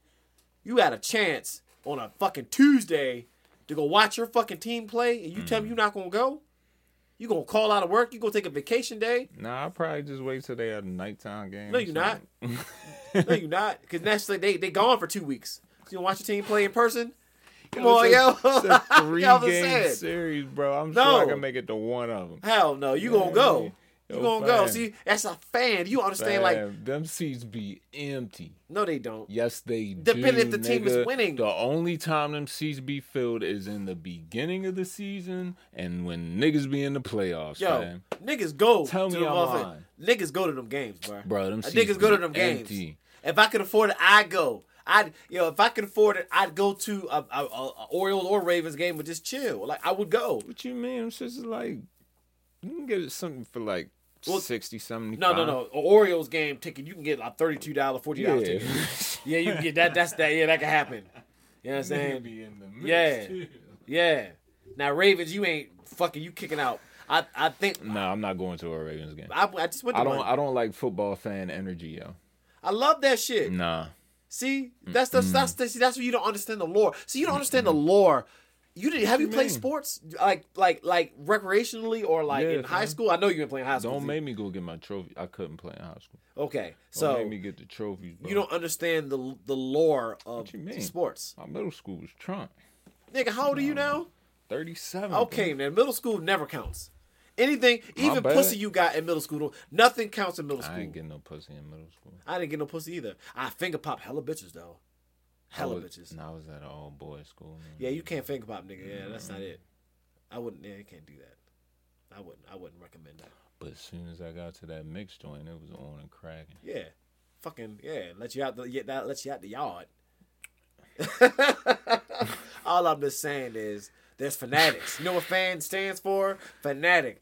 A: you had a chance on a fucking Tuesday to go watch your fucking team play, and you tell me
B: Mm-hmm.
A: you're not gonna go. You gonna call out of work? You gonna take a vacation day?
B: now. Nah, I'll probably just wait till they have a nighttime game.
A: No,
B: or
A: you're not.
B: something. (laughs)
A: no, you're not. Because next thing they they gone for two weeks. So you don't watch your team play in person. Come
B: It's
A: on,
B: a-
A: yo.
B: It's a
A: (laughs)
B: three
A: Y'all
B: game
A: said.
B: series, bro. I'm sure
A: No.
B: I can make it to one of them.
A: Hell no, you gonna
B: Yeah,
A: go.
B: yeah.
A: You
B: Yo,
A: gonna go.
B: fam.
A: See, that's a fan. You understand? Like,
B: them seats be empty.
A: no, they don't.
B: Yes, they
A: Depending
B: do,
A: if the team is
B: nigga.
A: winning.
B: The only time them seats be filled is in the beginning of the season and when niggas be in the playoffs,
A: Yo,
B: fam.
A: niggas go
B: Tell
A: to
B: me
A: the
B: I'm
A: motherfucker-
B: lying.
A: Niggas go to them games, bro.
B: Bro, them
A: Uh,
B: seats
A: niggas go to
B: be
A: them games.
B: empty.
A: If I could afford it, I go. I'd, you know, if I could afford it, I'd go to a, a, a, a Orioles or Ravens game and just chill. Like, I would go.
B: What you mean? Them shits is like you can get it something for like
A: Well,
B: 60, 70.
A: No, no, no. A Orioles game ticket, you can get like thirty two dollar, forty dollar
B: (laughs) Yeah.
A: ticket. Yeah, you can get that. That's that. Yeah, that can happen. You know what I'm saying?
B: (laughs)
A: Yeah. Yeah. Now Ravens, you ain't fucking. You kicking out. I I think
B: No, I'm not going to a Ravens game.
A: I, I just went. To
B: I
A: I
B: don't I don't like football fan energy, yo.
A: I love that shit.
B: Nah.
A: See, that's the, that's the, see, that's where you don't understand the lore. See, you don't understand the lore. You didn't have you,
B: Mm-hmm. you
A: played
B: mean?
A: sports like like like recreationally or like
B: Yeah,
A: in high
B: fam.
A: school? I know you been playing high school.
B: Don't
A: see?
B: make me go get my trophy. I couldn't play in high school.
A: okay,
B: Don't
A: so
B: make me get the trophies. Bro.
A: you don't understand the the lore of
B: you mean?
A: sports.
B: My middle school was Trump.
A: Nigga, how old are you now?
B: 37.
A: Okay, man. Middle school never counts. Anything,
B: My
A: even
B: bad.
A: pussy you got in middle school, don't- nothing counts in middle school.
B: I ain't getting no pussy in middle school.
A: no pussy either. I finger pop hella bitches though. Hella
B: I was,
A: bitches.
B: And I was at an all boys school. Man.
A: Yeah, you can't finger pop, nigga. Yeah, that's not it. I wouldn't. Yeah, you can't do that. I wouldn't. I wouldn't recommend that.
B: But as soon as I got to that mix joint, it was on and cracking.
A: Yeah, fucking yeah. Let you out the yeah, that lets you out the yard. (laughs) All I'm just saying is there's fanatics. You know what fan stands for? Fanatic.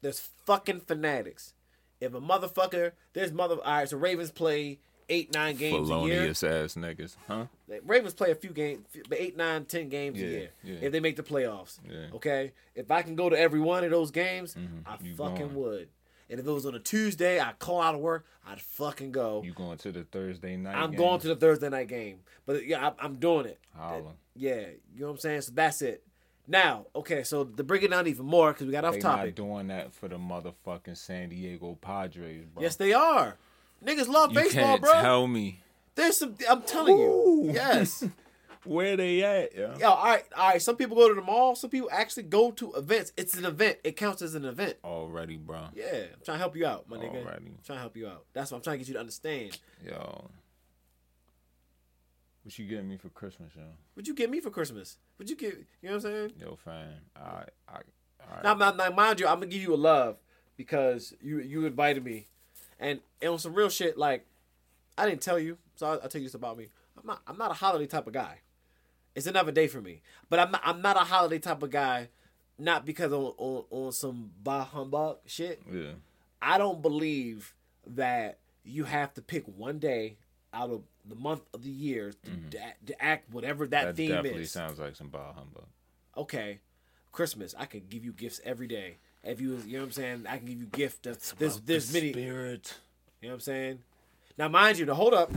A: There's fucking fanatics. If a motherfucker, there's mother. All right, so Ravens play eight nine games a year.
B: Felonious ass niggas, huh?
A: Like, Ravens play a few games, eight, nine, ten games
B: Yeah,
A: a year
B: yeah.
A: if they make the playoffs.
B: Yeah. Mm-hmm.
A: Okay, if I can go to every one of those games, I
B: You
A: fucking
B: going.
A: would. And if it was on a Tuesday, I call out of work, I'd fucking go.
B: You going to the Thursday night?
A: I'm going to the Thursday night game, but yeah, I, I'm doing it.
B: Holla.
A: Yeah, you know what I'm saying. So that's it. Now, okay, so to break it down even more because we got off
B: They not
A: topic.
B: doing that for the motherfucking San Diego Padres, bro.
A: yes, they are. Niggas love
B: you
A: baseball,
B: can't
A: bro.
B: tell me
A: There's some. I'm telling you.
B: Ooh. (laughs)
A: Yes.
B: where they at. Yeah.
A: Yo, all right, all right. Some people go to the mall. Some people actually go to events. It's an event. It counts as an event.
B: Already, bro.
A: Yeah, I'm trying to help you out, my nigga.
B: Alrighty.
A: I'm trying to help you out. That's what I'm trying to get you to understand.
B: Yo. What you getting me for Christmas, yo?
A: Would you get me for Christmas? Would you get? You know what I'm saying?
B: Yo, fam. I, I, I
A: Now, now, now, mind you, I'm gonna give you a love because you you invited me, and and on some real shit like, I didn't tell you, so I'll, I'll tell you this about me. I'm not I'm not a holiday type of guy. It's another day for me, but I'm not, I'm not a holiday type of guy. Not because on on, on some bah humbug shit.
B: yeah.
A: I don't believe that you have to pick one day out of the month of the year to, to act- to act whatever that,
B: That
A: theme
B: definitely
A: is.
B: sounds like some bah humbug.
A: okay, Christmas, I can give you gifts every day. If you, you know what I'm saying, I can give you gift. That's, there's there's many.
B: spirit.
A: You know what I'm saying? Now, mind you, to hold up.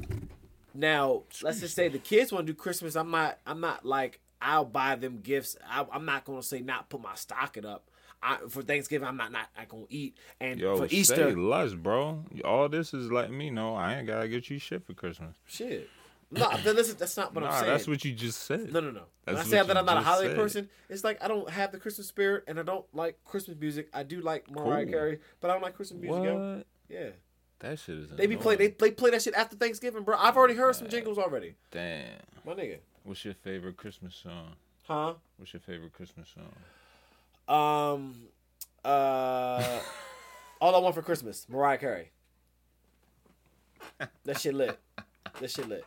A: Now, let's just say the kids want to do Christmas. I'm not. I'm not like I'll buy them gifts. I, I'm not gonna say not put my stocking up. I, for Thanksgiving, I'm not not I gonna eat. And
B: Yo,
A: for
B: say
A: Easter,
B: less, bro. All this is letting me know I ain't gotta get you shit for Christmas.
A: Shit. No, then listen, that's not what
B: nah,
A: I'm saying.
B: that's what you just said.
A: no, no, no. When I
B: That's
A: say
B: what
A: that
B: you
A: I'm not a
B: just
A: holiday
B: said.
A: person, it's like I don't have the Christmas spirit and I don't like Christmas music. I do like Mariah
B: Cool.
A: Carey, but I don't like Christmas music. yo.
B: What?
A: Yeah.
B: That shit is.
A: They be play they, they play that shit after Thanksgiving, bro. I've already heard some jingles already.
B: Damn.
A: My nigga.
B: What's your favorite Christmas song?
A: Huh?
B: What's your favorite Christmas song?
A: Um uh All I Want for Christmas, Mariah Carey. That shit lit. That shit lit.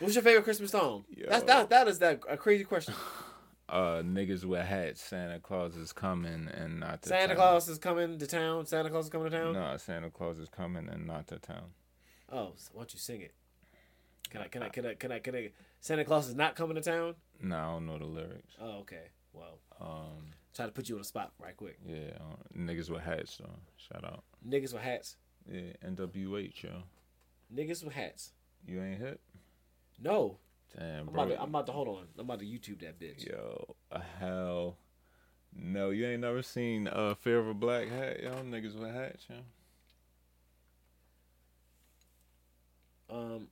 A: What's your favorite Christmas song? That's
B: Yo.
A: that that is that a crazy question.
B: Uh, niggas with hats. Santa Claus is coming and not to
A: Santa
B: town.
A: Claus is coming to town. Santa Claus is coming to town.
B: No, Santa Claus is coming and not to town.
A: Oh, so why don't you sing it? Can I? Can I? Can I? Can I? Can I? Santa Claus is not coming to town.
B: No, I don't know the lyrics.
A: Oh, okay. Well,
B: Um,
A: try to put you on the spot right quick.
B: yeah, uh, niggas with hats. though. shout out.
A: Niggas with hats.
B: Yeah, NWH, yo.
A: Niggas with hats.
B: You ain't hip.
A: No,
B: Damn,
A: I'm
B: bro.
A: about, to, I'm about to hold on. I'm about to YouTube that bitch.
B: Yo, uh, hell. No, you ain't never seen uh Fear of a Black Hat, yo, niggas with hats, yo.
A: Um,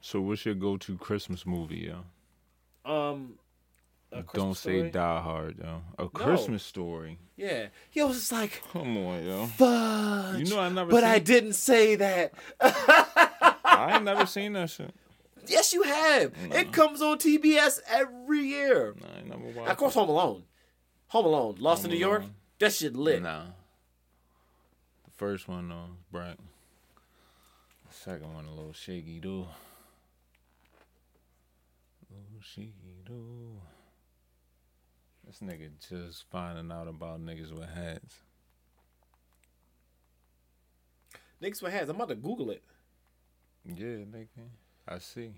B: So what's your go to Christmas movie, yo?
A: um, a Christmas
B: Don't say
A: Story?
B: Die Hard, yo. A Christmas story.
A: Yeah, he was just like,
B: Come on, yo.
A: fudge.
B: You know I never
A: But
B: seen
A: I didn't say that.
B: (laughs)
A: (laughs)
B: I ain't never seen that shit.
A: Yes, you have. It comes on TBS every year.
B: Nah, I ain't never watched
A: Of course, Home Alone. Home Alone. Lost
B: Home
A: in New York.
B: Alone.
A: That shit
B: it.
A: lit.
B: Nah. The first one though, Brack. The second one a little shaky though. Little shaky though. This nigga just finding out about niggas with hats.
A: Niggas with hats. I'm about to Google it.
B: Yeah, nigga. I see.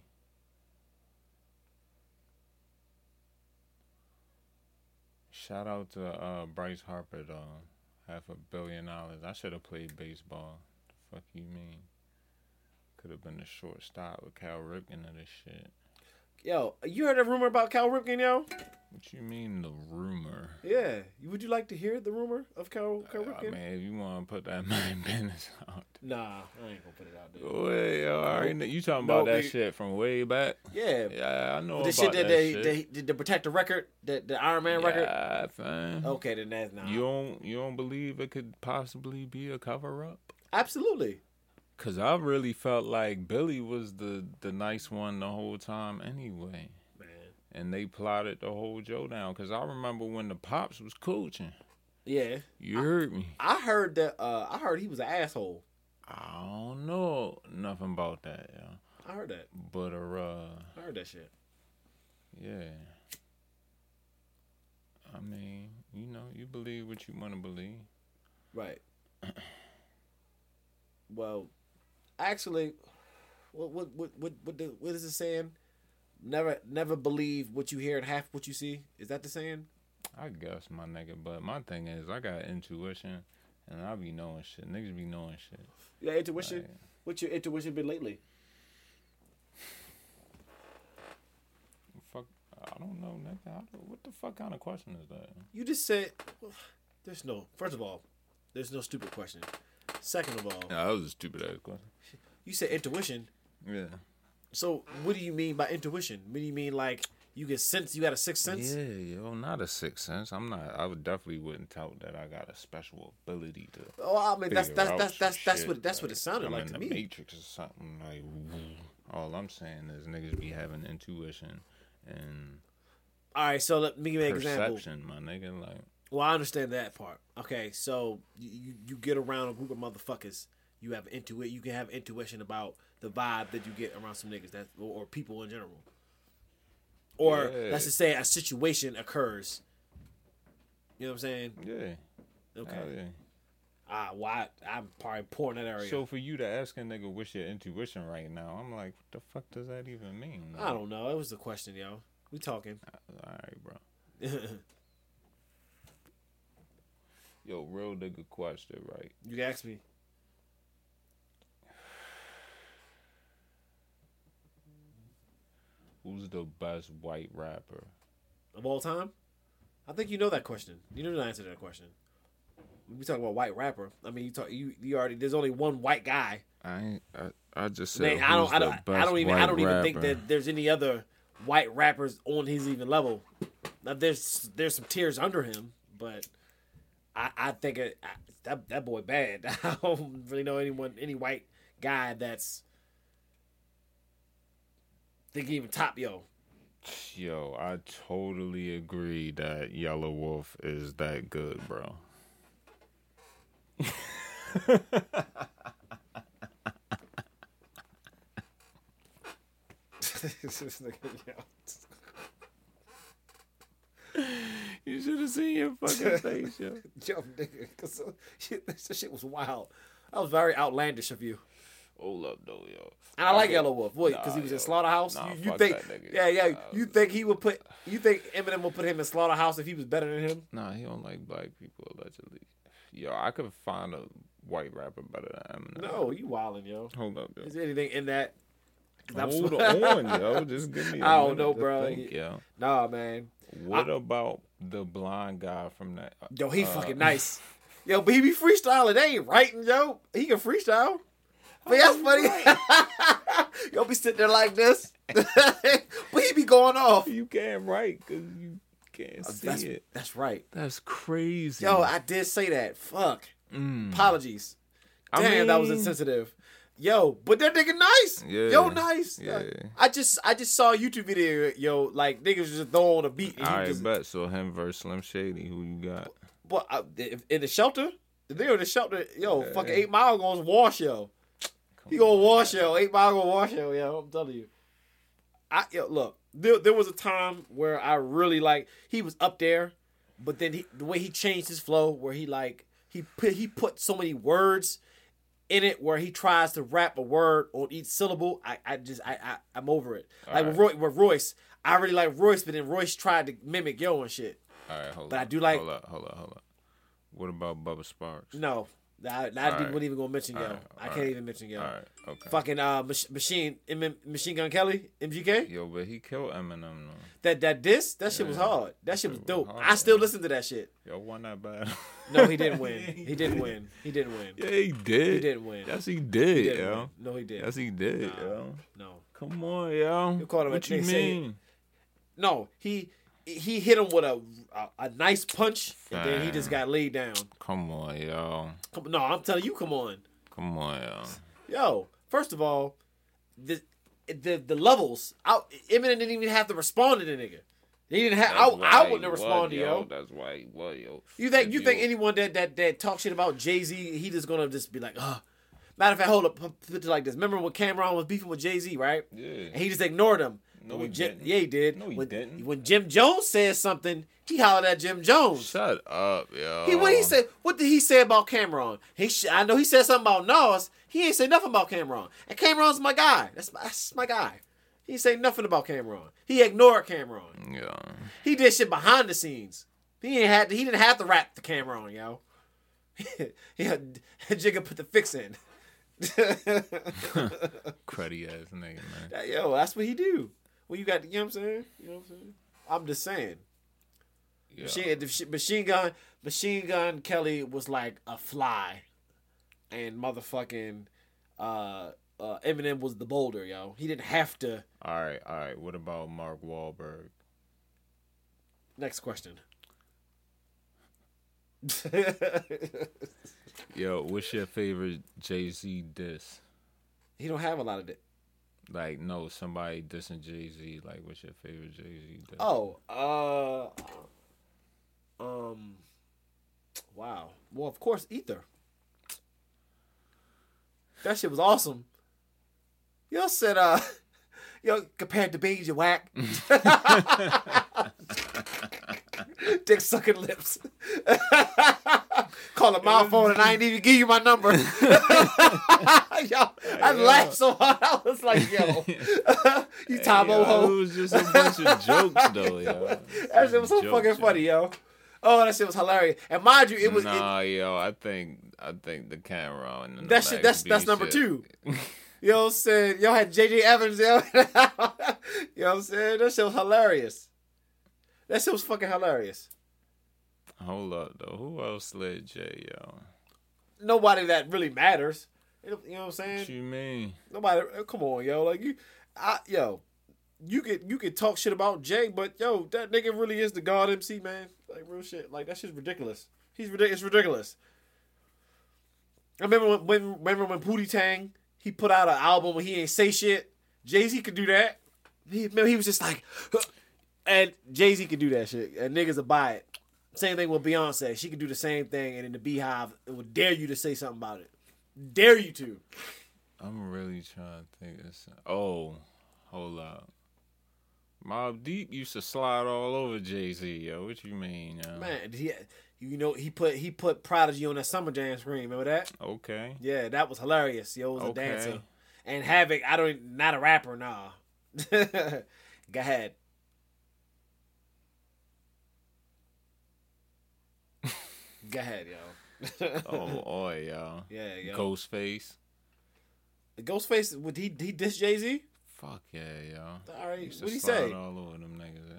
B: Shout out to uh, Bryce Harper, though. Half a billion dollars. I should have played baseball. The fuck you mean? Could have been a shortstop with Cal Ripken and this shit.
A: Yo, you heard a rumor about Cal Ripken, yo?
B: What you mean the rumor?
A: Yeah. Would you like to hear the rumor of Cal, Cal
B: I mean, if you want to put that (laughs) in my business out.
A: nah, I ain't gonna put it out there.
B: Way, yo, I already know- you talking
A: No,
B: about that
A: nigga.
B: shit from way back?
A: Yeah.
B: Yeah, I know
A: the
B: about
A: shit that,
B: that
A: they,
B: shit.
A: they did to protect the record, the, the Iron Man record. Oh,
B: Yeah, fam.
A: Okay, then that's not.
B: You don't you don't believe it could possibly be a cover up?
A: Absolutely.
B: Cause I really felt like Billy was the the nice one the whole time anyway,
A: Man.
B: and they plotted the whole Joe down. Cause I remember when the pops was coaching.
A: Yeah.
B: You heard me.
A: I heard that. Uh, I heard he was an asshole.
B: I don't know nothing about that, yeah.
A: I heard that.
B: But uh,
A: I heard that shit.
B: yeah. I mean, you know, you believe what you want to believe.
A: Right. (clears throat) well, actually, what what what what what, the, what is it saying? Never never believe what you hear and half what you see. Is that the saying?
B: I guess my nigga, but my thing is, I got intuition, and I be knowing shit. Niggas be knowing shit.
A: Yeah, intuition.
B: Right.
A: What's your intuition been lately?
B: Fuck, I don't know, nigga. I don't- what the fuck kind of question is that?
A: You just said there's no. First of all, there's no stupid question. Second of all,
B: No, that was a stupid ass question.
A: you said intuition.
B: Yeah.
A: So what do you mean by intuition? What do you mean like you get sense? You got a sixth sense?
B: Yeah, yo, not a sixth sense. I'm not. I would definitely wouldn't tout that I got a special ability to.
A: Oh, I mean that's
B: figure
A: that's
B: out
A: that's
B: some
A: that's that's
B: shit,
A: what that's what it sounded
B: I'm
A: like
B: in
A: to
B: the
A: me.
B: Matrix or something like. All I'm saying is niggas be having intuition and
A: All right, so let me give you an example.
B: perception, my nigga. Like,
A: Well, I understand that part. Okay, so you, you- you get around a group of motherfuckers, you have intuit, you can have intuition about the vibe that you get around some niggas that or, or people in general. Or
B: Yeah.
A: let's just say a situation occurs. You know what I'm saying?
B: yeah,
A: Okay.
B: hell Oh, yeah.
A: Ah, well, I, I'm probably poor in that area.
B: So for you to ask a nigga what's your intuition right now, I'm like, what the fuck does that even mean?
A: I don't know. It was the question, yo. We talking. (laughs)
B: All right, bro. Yo, real nigga question, right?
A: You asked me.
B: Who's the best white rapper?
A: of all time? I think you know that question. You know the answer to that question. When we talk about white rapper, I mean you talk you you already there's only one white guy.
B: I ain't- I, I just
A: I mean, I don't I don't I don't even I don't even think that there's any other white rappers on his even level. Now there's there's some tiers under him, but I I think it, I, that that boy bad. (laughs) I don't really know anyone any white guy that's think he even top yo. (laughs)
B: Yo, I totally agree that Yellow Wolf is that good, bro. You should have seen your
A: (laughs)
B: fucking face, yo.
A: jump, nigga. Cause uh, shit, (laughs) this shit was wild. That was very outlandish of you.
B: Hold up, though, yo.
A: And I like
B: get-
A: Yellow Wolf, wait, because he
B: Nah,
A: was
B: yo.
A: in Slaughterhouse.
B: Nah,
A: you, you
B: fuck
A: think,
B: that nigga.
A: yeah, yeah,
B: Nah.
A: you think he would put, you think Eminem would put him in Slaughterhouse if he was better than him?
B: Nah, he don't like black people allegedly. Yo, I could find a white rapper better than Eminem.
A: No, you wildin', yo.
B: Hold up, yo.
A: Is there anything in that? 'Cause I'm (laughs)
B: Hold
A: so-
B: on, yo. Just give me. I
A: I don't know, bro.
B: yo.
A: nah, man.
B: What about the blind guy from uh, that?
A: Yo, he
B: (laughs)
A: fucking nice. Yo, but he be freestyling. They ain't writing, yo. He can freestyle. But that's funny. (laughs) yo, be sitting there like this. (laughs) but he be going off.
B: You can't write because you can't see
A: That's,
B: it.
A: that's right.
B: That's crazy.
A: Yo, I did say that. Fuck.
B: Mm.
A: Apologies.
B: I
A: Damn, that was
B: mean-
A: insensitive. Yo, but that nigga nice.
B: Yeah.
A: Yo, nice.
B: Yeah.
A: I just I just saw a YouTube video, yo, like niggas just throwing a beat. And
B: All
A: he
B: right,
A: just,
B: bet. So him versus Slim Shady, who you got?
A: but I, if- in the shelter, the nigga in the shelter, yo, fucking eight mile gonna wash yo. He gonna wash yo. Eight mile gonna wash yo. Yo, I'm telling you. I yo look. There, there was a time where I really like he was up there, but then he, the way he changed his flow, where he like he put he put so many words in it, where he tries to rap a word on each syllable. I, I just I, I I'm over it. like with, Roy, with Royce, I really like Royce, but then Royce tried to mimic yo and shit.
B: All right, hold
A: But I
B: up.
A: do like-
B: Hold up, hold up, hold up. What about Bubba Sparks?
A: No, I, I
B: All
A: wasn't
B: right.
A: even gonna mention y'all.
B: All right.
A: I
B: All
A: can't
B: right.
A: even mention y'all.
B: All right. Okay.
A: Fucking uh, mach- machine, M- machine gun Kelly, MGK.
B: Yo, but he killed Eminem.
A: That that diss, that shit was
B: Yeah.
A: hard. That shit was
B: Shit was
A: dope.
B: hard.
A: I still listen to that shit.
B: though. Yo, won that battle.
A: (laughs) No, he didn't
B: (laughs)
A: win. He didn't win. He didn't win.
B: Yeah, he did.
A: He didn't win.
B: Yes, he did,
A: He didn't win.
B: yo.
A: No, he didn't.
B: Yes, he did,
A: Nah.
B: yo.
A: No,
B: Come on, yo.
A: You called him a
B: what you
A: nigga, say-
B: mean?
A: no. He he hit him with a a, a nice punch, and then he just got laid down.
B: Come on, yo.
A: Come, no, I'm telling you, come on.
B: Come on, yo.
A: Yo, first of all, the the the levels. I, Eminem didn't even have to respond to the nigga. He didn't have.
B: That's why
A: I, I
B: he
A: wouldn't have
B: was,
A: responded, yo.
B: That's why he was, yo.
A: You think
B: If
A: you think anyone that that that talk shit about Jay Z, he just gonna just be like, ugh. Matter of fact, hold up, put it like this. Remember when Cameron was beefing with Jay Z, right? And
B: Yeah.
A: he just ignored him.
B: No,
A: But
B: he
A: when Jim-
B: didn't.
A: Yeah, he did.
B: No, he
A: when,
B: didn't.
A: When Jim Jones said something, he hollered at Jim Jones.
B: Shut up, yo.
A: He what he said? What did he say about Cameron? He sh- I know he said something about Nas. He ain't say nothing about Cameron. And Cameron's my guy. That's my, that's my guy. He ain't say nothing about Cameron. He ignored Cameron.
B: Yeah.
A: He did shit behind the scenes. He ain't had to, he didn't have to rap the Cameron, yo. (laughs) yeah, (laughs) Jigga put the fix in. (laughs)
B: Cruddy ass nigga, man.
A: yo, that's what he do. Well, you got you know what I'm saying? You know what I'm saying? I'm just saying.
B: Yeah.
A: Machine, the sh- machine gun, machine gun. Kelly was like a fly, and motherfucking uh, uh, Eminem was the boulder, yo. He didn't have to.
B: All right, all right. What about Mark Wahlberg?
A: Next question. (laughs)
B: Yo, what's your favorite Jay Z diss?
A: he don't have a lot of that.
B: Like, no, somebody dissing Jay Z. Like, what's your favorite Jay Z diss?
A: Oh, uh, um, wow. Well, of course, Ether. That shit was awesome. Y'all said, uh, (laughs) yo, compared to Beans, you whack. Dick sucking lips. (laughs) Calling my phone and I ain't even give you my number. (laughs) yo, I laughed so hard. I was like, yo, (laughs) you Tom
B: yo,
A: ho.
B: It was just a bunch of jokes, though, yo.
A: (laughs) That shit was so
B: Jokes,
A: fucking
B: yo.
A: funny, yo. Oh, that shit was hilarious. And mind you, it was it-
B: nah, yo. I think I think the camera and the
A: that shit. That's
B: XB
A: that's number
B: shit.
A: (laughs) two. You know what I'm saying? Y'all had JJ Evans, yo. (laughs) you know what I'm saying? That shit was hilarious. That shit was fucking hilarious.
B: Hold up, though. Who else slid Jay, yo?
A: Nobody that really matters. You know what I'm
B: What
A: saying?
B: you mean?
A: Nobody. Come on, yo. Like you, I, yo, you could you could talk shit about Jay, but yo, that nigga really is the god MC man. Like real shit. Like that shit's ridiculous. He's ridiculous. It's ridiculous. I remember when, when remember when Pootie Tang he put out an album where he ain't say shit. Jay Z could do that. He remember he was just like, (laughs) and Jay Z could do that shit, and niggas will buy it. Same thing with Beyonce. She could do the same thing, and in the Beehive, it would dare you to say something about it. Dare you to.
B: I'm really trying to think. Of some... Oh, hold up. Mob Deep used to slide all over Jay Z, yo. What you mean, yo?
A: Man, he, you know, he put he put Prodigy on that Summer Jam screen. Remember that? (laughs)
B: Okay.
A: Yeah, that was hilarious. Yo, it was
B: Okay.
A: a dancer. And Havoc, I don't, not a rapper, nah. (laughs) Go ahead. Go ahead, yo. (laughs)
B: Oh, oi, yo.
A: yeah, yo.
B: Ghostface.
A: Ghostface, would he he diss Jay Z?
B: Fuck yeah, yo.
A: All right,
B: Used to
A: what he
B: slide
A: say?
B: All over them niggas. yo.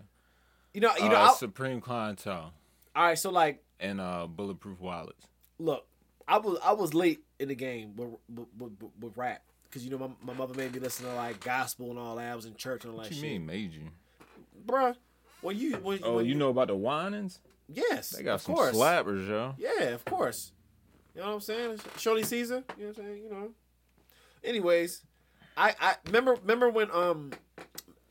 A: You know, you
B: uh,
A: know. I-
B: Supreme Clientele
A: all right, so like,
B: and uh, Bulletproof Wallets.
A: look, I was I was late in the game with with, with, with rap because you know my, my mother made me listen to like gospel and all that. I was in church and all that
B: What you
A: shit,
B: mean, made you?
A: bruh. When you when,
B: Oh,
A: when
B: you know about the whinings?
A: yes,
B: They got
A: of
B: some
A: course.
B: slappers, yo.
A: Yeah, of course. You know what I'm saying? Shirley Caesar. You know what I'm saying? You know. Anyways, I I remember remember when um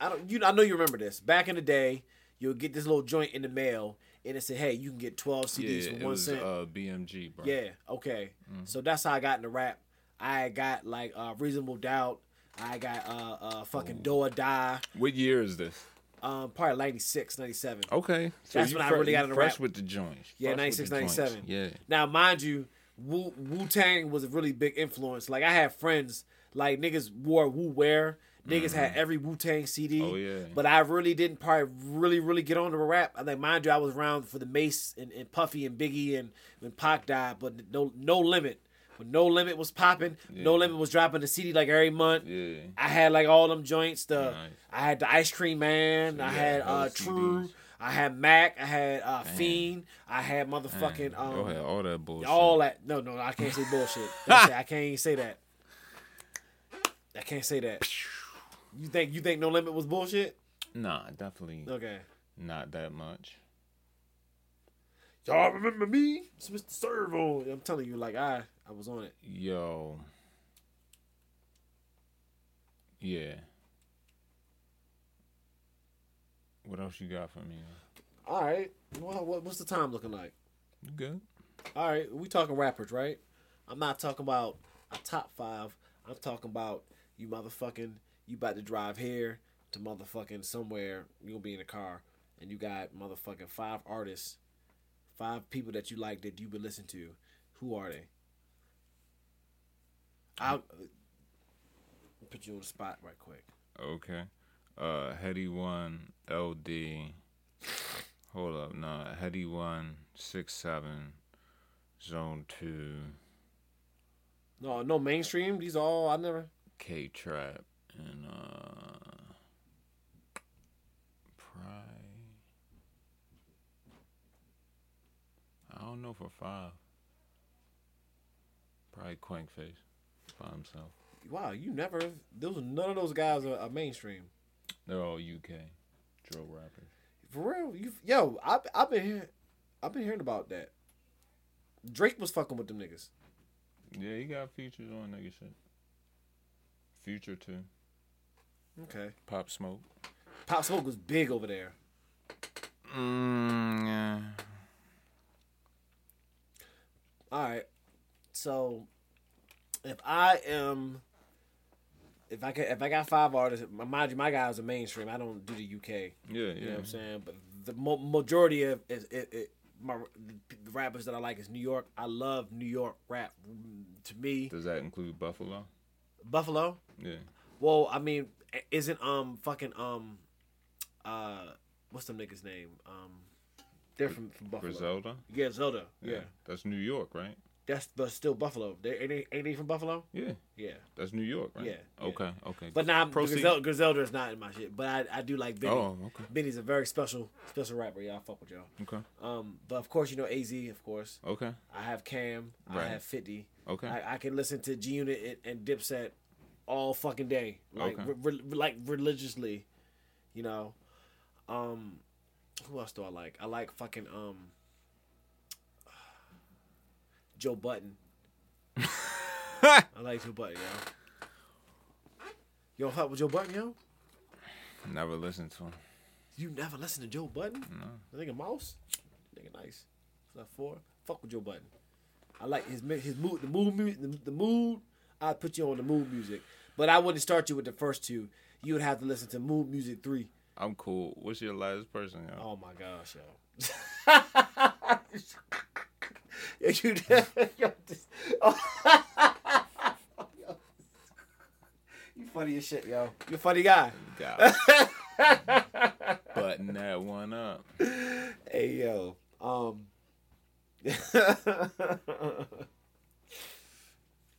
A: I don't you I know you remember this back in the day you'll get this little joint in the mail and it said hey you can get 12 CDs
B: Yeah,
A: for
B: it
A: one
B: was
A: cent.
B: uh, BMG, bro.
A: Yeah. Okay. So that's how I got into rap. I got like uh, reasonable doubt. I got uh, uh fucking do or die.
B: What year is this?
A: Um, probably 96, 97.
B: Okay. So
A: That's
B: you
A: when I
B: fre-
A: really got
B: you
A: into
B: fresh
A: rap.
B: with the joints.
A: Yeah,
B: Fresh with
A: 96,
B: the joints.
A: 97.
B: Yeah.
A: Now, mind you, Wu Wu Tang was a really big influence. Like I had friends like niggas wore Wu wear. Niggas had every Wu Tang CD.
B: Mm-hmm. Oh, yeah.
A: But I really didn't probably really really get on to rap. I Like mind you, I was around for the Mace and, and Puffy and Biggie and when Pac died, but no no limit. When No Limit was popping, No Limit was dropping a CD like every month.
B: Yeah.
A: I had like all them joints. The
B: Nice.
A: I had the Ice Cream Man. I
B: yeah,
A: had uh
B: hella
A: True.
B: CDs.
A: I had Mac. I had uh, Fiend. I had motherfucking
B: Damn, y'all had
A: um,
B: all that bullshit.
A: all that. No, no, I can't say bullshit. That's it. I can't even say that. I can't say that. You think you think No Limit was bullshit?
B: Nah, definitely
A: Okay.
B: not that much.
A: Y'all remember me? It's Mr. Servo. I'm telling you, like I, I was on it.
B: Yo. Yeah. What else you got for me?
A: All right. Well, what, what's the time looking like?
B: You good?
A: All right, we talking rappers, right? I'm not talking about a top five. I'm talking about you motherfucking. You about to drive here to motherfucking somewhere. You gonna be in a car, and you got motherfucking five artists, five people that you like that you would listen to. Who are they? I'll put you on the spot right quick.
B: Okay. Uh, Heady One, LD. Hold up, no. Heady One, six seven, Zone Two,
A: No, no mainstream. These are all I never.
B: K Trap, and uh, Pride. I don't know for five. Probably Quankface by himself.
A: Wow, you never. Those none of those guys are, are mainstream.
B: They're all UK drill rappers.
A: For real, you yo, I I've been hearing, I've been hearing about that. Drake was fucking with them niggas.
B: Yeah, he got features on nigga shit. Future too.
A: Okay,
B: Pop Smoke.
A: Pop Smoke was big over there.
B: Mm, yeah.
A: All right, so if I am, if I could, if I got five artists, my mind you, my guys are mainstream. I don't do the UK.
B: Yeah,
A: You know
B: yeah.
A: what I'm saying? But the mo- majority of is it, it, my the rappers that I like is New York. I love New York rap. mm, To me,
B: Does that include Buffalo?
A: Buffalo.
B: Yeah.
A: Well, I mean, isn't um fucking um uh what's the nigga's name? Um they're from, from Buffalo.
B: Griselda?
A: Yeah, Zelda. Yeah.
B: That's New York, right?
A: That's but still Buffalo. They ain't they, ain't they from Buffalo?
B: Yeah.
A: Yeah.
B: That's New York, right?
A: Yeah, yeah.
B: Okay, okay.
A: But now
B: Proceed.
A: Griselda, Griselda is not in my shit, but I, I do like Benny.
B: Oh, okay.
A: Benny's a very special special rapper. Y'all fuck with y'all.
B: Okay.
A: Um, but of course you know AZ. Of course,
B: Okay.
A: I have Cam.
B: Right.
A: I have Fifty.
B: Okay.
A: I, I can listen to G Unit and, and Dipset all fucking day, like
B: Okay.
A: re- re- like religiously, you know. Um, who else do I like? I like fucking um (sighs) Joe
B: (laughs)
A: Button. I like Joe Button, yo. Yo, fuck with Joe Button, yo.
B: Never listened to him.
A: You never listen to Joe Button? I think a mouse. Nigga, nice. It's not four. Fuck with Joe Button. I like his mi- his mood. The mood, mu- the, the mood. I put you on the mood music, but I wouldn't start you with the first two. You would have to listen to Mood Music three.
B: I'm cool. What's your last person, yo?
A: Oh my gosh, yo. yo, (laughs) you, (laughs) yo, this- (laughs) Yo, you funny as shit, yo. You a funny guy. (laughs)
B: God. Button that one up.
A: Hey yo, um, (laughs)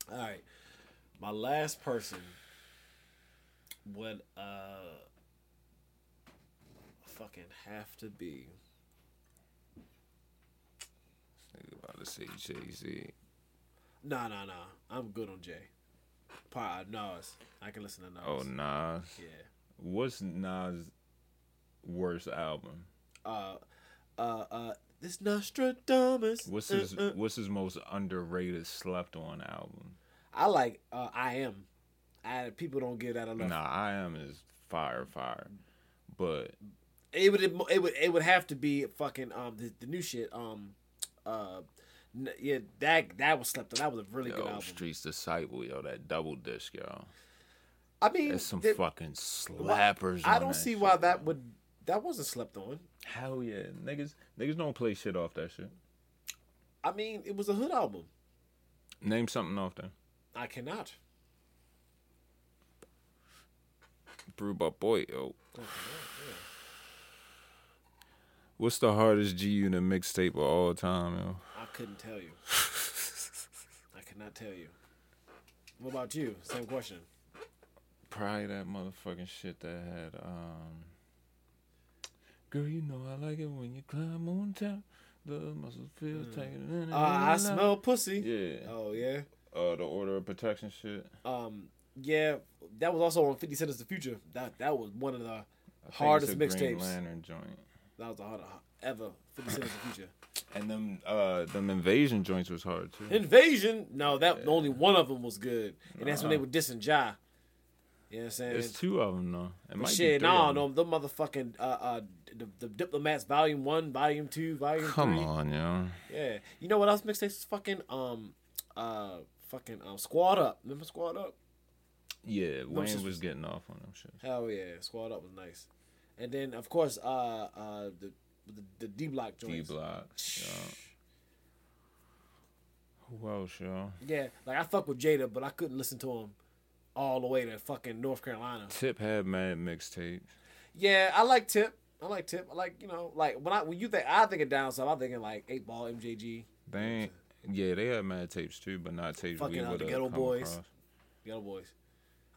A: all right. My last person would uh fucking have to be.
B: Nigga about to say Jay Z.
A: Nah, nah, nah. I'm good on Jay. Pa, uh, Nas. I can listen to Nas.
B: Oh, Nas.
A: yeah.
B: What's Nas' worst album?
A: Uh, uh, uh. This Nostradamus.
B: What's
A: uh,
B: his
A: uh.
B: What's his most underrated slept on album?
A: I like. Uh, I am. I people don't give that enough.
B: Nah, I am is fire, fire. But
A: it would it would it would have to be fucking um the, the new shit um uh n- yeah that that was slept on that was a really
B: yo,
A: good album.
B: Streets Disciple, yo, that double disc, yo,
A: I mean,
B: that's some
A: the-
B: fucking
A: why-
B: slappers.
A: I
B: on
A: don't
B: that
A: see
B: shit,
A: why
B: yo.
A: that would that wasn't slept on.
B: Hell yeah, niggas, niggas don't play shit off that shit.
A: I mean, it was a hood album.
B: Name something off that.
A: I cannot.
B: brewed by boy.
A: Oh,
B: Yo. What's the hardest G Unit mixtape of all time? Yo?
A: I couldn't tell
B: (laughs)
A: you. I could not tell you. What about you? Same question.
B: Probably that motherfucking shit that had. um Girl, you know I like it when you climb on top. The muscles feel tight.
A: Uh, I smell pussy.
B: Yeah.
A: Oh yeah.
B: Uh, the Order of Protection shit.
A: Um. Yeah. That was also on Fifty Cent is the Future. That that was one of the
B: I think it's
A: hardest
B: a Green
A: mixtapes.
B: Lantern joint.
A: That was the hardest ever. Fifty Cent is
B: (sighs)
A: the Future.
B: And them uh them invasion joints was hard too.
A: Invasion. No, that only one of them was good, and that's when they were dissing Ja. You know what I'm saying?
B: Uh-huh. It's two of them though. It might
A: Shit,
B: be three
A: no,
B: of 'em.
A: no, the motherfucking uh, uh, the, the diplomats, volume one, volume two, volume
B: Come
A: three.
B: on, yo.
A: Yeah, you know what else mixtapes? is Fucking um, uh, fucking um, squad up. Remember squad up?
B: Yeah,
A: just-
B: Wayne was getting off on them shit.
A: Hell yeah, squad up was nice. And then of course, uh, uh, the the, the D block
B: D
A: joints.
B: block. Who else, yo?
A: Yeah, like I fuck with Jada, but I couldn't listen to him all the way to fucking North Carolina.
B: Tip had mad mixtapes.
A: Yeah, I like Tip. I like Tip. I like you know, like when I when you think I think of down south, I'm thinking like Eight Ball, MJG,
B: They ain't. Yeah, they had mad tapes too, but not tapes
A: Fucking,
B: we
A: uh,
B: would
A: the
B: have
A: Ghetto
B: come
A: Boys.
B: across.
A: the other boys.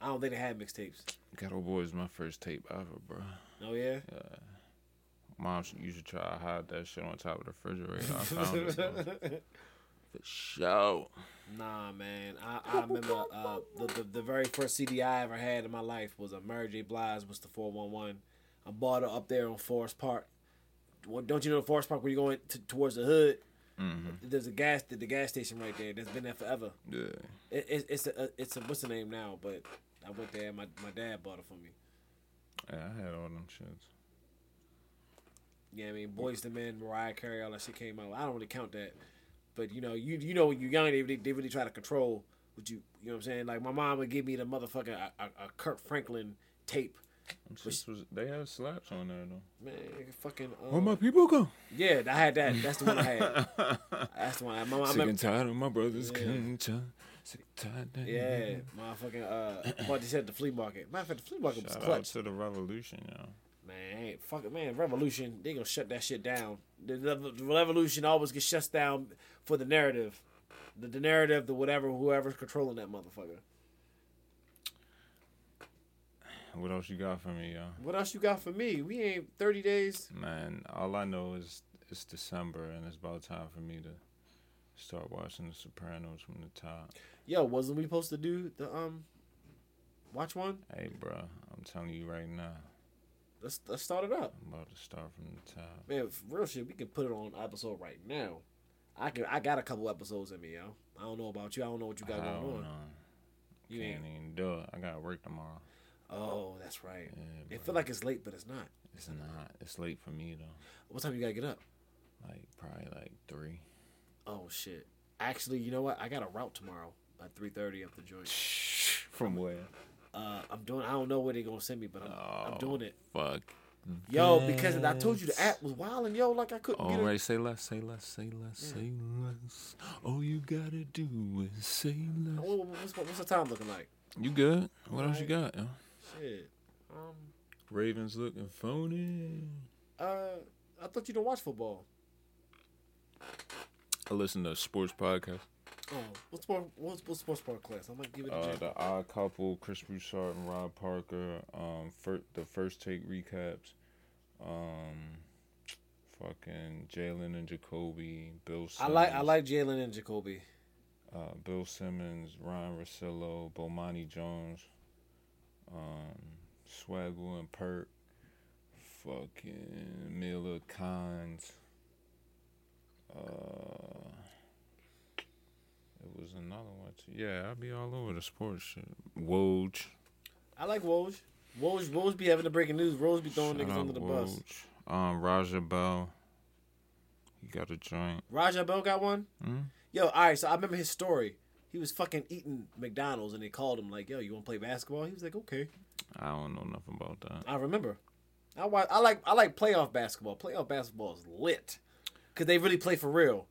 A: I don't think they had mixtapes.
B: Ghetto Boys, my first tape ever, bro.
A: Oh yeah,
B: Mom used to try to hide that shit on top of the refrigerator. I found
A: (laughs)
B: it. though. For sure.
A: nah, man. I, I remember uh, the, the the very first CD I ever had in my life was a Mary J. Blige was the four one one. I bought her up there on Forest Park. Well, don't you know Forest Park where you're going t- towards the hood? There's a gas the, the gas station right there. That's been there forever.
B: Yeah.
A: It, it, it's a it's a what's the name now? But I went there. My my dad bought it for me.
B: Yeah, I had all them shits.
A: Yeah, I mean, Boys the Men, Mariah Carey, all that shit came out. I don't really count that, but you know, you you know, when you're young, they, they, they really try to control what you you know what I'm saying. Like my mom would give me the motherfucking a, a, a Kirk Franklin tape,
B: Them shits was, they had slaps on there though.
A: man, fucking. Um,
B: Where my
A: (laughs)
B: people go?
A: yeah, I had that. That's the one I had. That's the one. I, my, I
B: Sick
A: remember,
B: and tired of my brothers
A: Yeah.
B: killing each other. Sick and tired. of-
A: yeah, my fucking. Uh, what they said at the flea market. Matter of fact, the flea market was
B: Shout out
A: clutch.
B: to the revolution, yo.
A: Man, I ain't fucking man, revolution. They gonna shut that shit down. The, the, the revolution always gets shut down for the narrative, the, the narrative, the whatever, whoever's controlling that motherfucker.
B: What else you got for me, yo?
A: What else you got for me? We ain't thirty days.
B: Man, all I know is it's December and it's about time for me to start watching The Sopranos from the top.
A: Yo, wasn't we supposed to do the um, watch one?
B: Hey, bro, I'm telling you right now,
A: Let's let's start it up,
B: I'm about to start from the top.
A: man. f- Real shit, we can put it on episode right now. I can. I got a couple episodes in me, yo. I don't know about you. I don't know what you
B: I
A: got
B: don't
A: going on.
B: know.
A: You ain't.
B: Can't even do it. I gotta work tomorrow.
A: Oh, that's right.
B: Yeah,
A: It
B: bro.
A: feel like it's late, but it's not.
B: It's not. It's late for me though.
A: What time you gotta get up?
B: Like probably like
A: (laughs)
B: three.
A: Oh shit! Actually, you know what? I got a route tomorrow at three thirty up the joint.
B: From where?
A: Uh, I'm doing. I don't know where they gonna send me, but I'm, I'm doing it.
B: Fuck.
A: Yo, because I told you the app was wild and yo, like I couldn't
B: All
A: get it.
B: Oh, right, say less, say less, say less, say less. All you gotta do is say less.
A: What- what- Oh, What's, what's the time looking like?
B: You good? What else you got? Yo?
A: Shit. Um.
B: Ravens looking phony.
A: Uh. I thought you don't watch football.
B: I listen to sports podcast.
A: Oh, what's more? What's what's sports bar class? I might give it a
B: Uh,
A: chance.
B: the Odd Couple, Chris Broussard and Rob Parker. Um, fir- the first take recaps. Um, fucking Jalen and Jacoby. Bill. Simmons,
A: I like I like Jalen and Jacoby.
B: uh, Bill Simmons, Ryan Rossillo, Bomani Jones, um, Swaggle and Perk, fucking Miller Cons. Uh, it was another one. Too. Yeah, I'll be all over the sports shit. Woj.
A: I like Woj. Woj Woj be having the breaking news. Woj be throwing
B: Shout
A: niggas
B: out
A: under the bus.
B: Woj. Um, Raja Bell. He got a joint.
A: Raja Bell got one.
B: Mm.
A: Yo, all right. So I remember his story. He was fucking eating McDonald's, and they called him like, "Yo, you want to play basketball?" He was like, "Okay."
B: I don't know nothing about that.
A: I remember. I watch, I like I like playoff basketball. Playoff basketball is lit because they really play for real.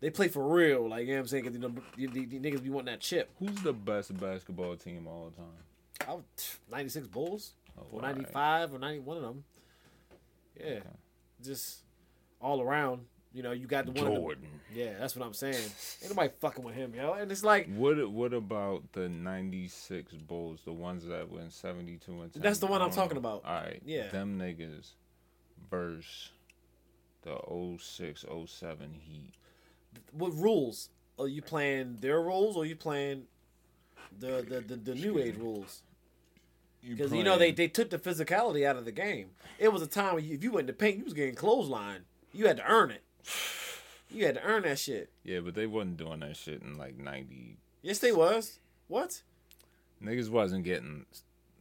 A: they play for real. Like you know what I'm saying? Because you know, the, the, the niggas be wanting that chip.
B: Who's the best basketball team of all time?
A: I was, pff, 96 Bulls or 95 or 91 of them. Yeah. Just all around. You know, you got the one. of them-
B: Jordan.
A: Yeah, that's what I'm saying. Ain't nobody fucking with him, yo. And it's like,
B: What what about the '96 Bulls, the ones that went '72 and 10?
A: That's the one
B: I
A: I'm
B: don't
A: talking
B: know.
A: about.
B: All right,
A: Yeah.
B: them niggas versus the 06, 07 Heat.
A: what rules? Are you playing their rules or you playing the the, the, the new age rules? Because you know they, they took the physicality out of the game. It was a time when you, if you went to paint, you was getting clothesline. You had to earn it. You had to earn that shit.
B: yeah, but they wasn't doing that shit in like '90.
A: Yes, they was. What?
B: Niggas wasn't getting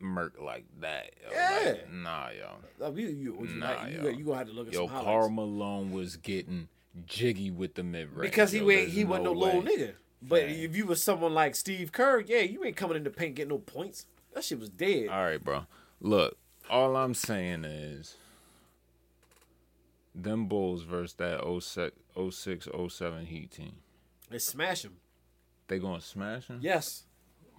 B: murked like that. Yo.
A: Yeah.
B: Like, nah, yo.
A: Uh, you you, you,
B: Nah,
A: you,
B: yo.
A: you gonna have to look at
B: Yo,
A: some highlights.
B: Carl Malone was getting jiggy with the mid range
A: because he
B: yo,
A: went,
B: There's
A: he wasn't no, little
B: way.
A: nigga. But
B: Dang.
A: if you was someone like Steve Kerr, yeah, you ain't coming in the paint getting no points. That shit was dead.
B: All right, bro. Look, all I'm saying is them Bulls versus that 06, 06 07 Heat team.
A: They smash him.
B: They going to smash them?
A: Yes.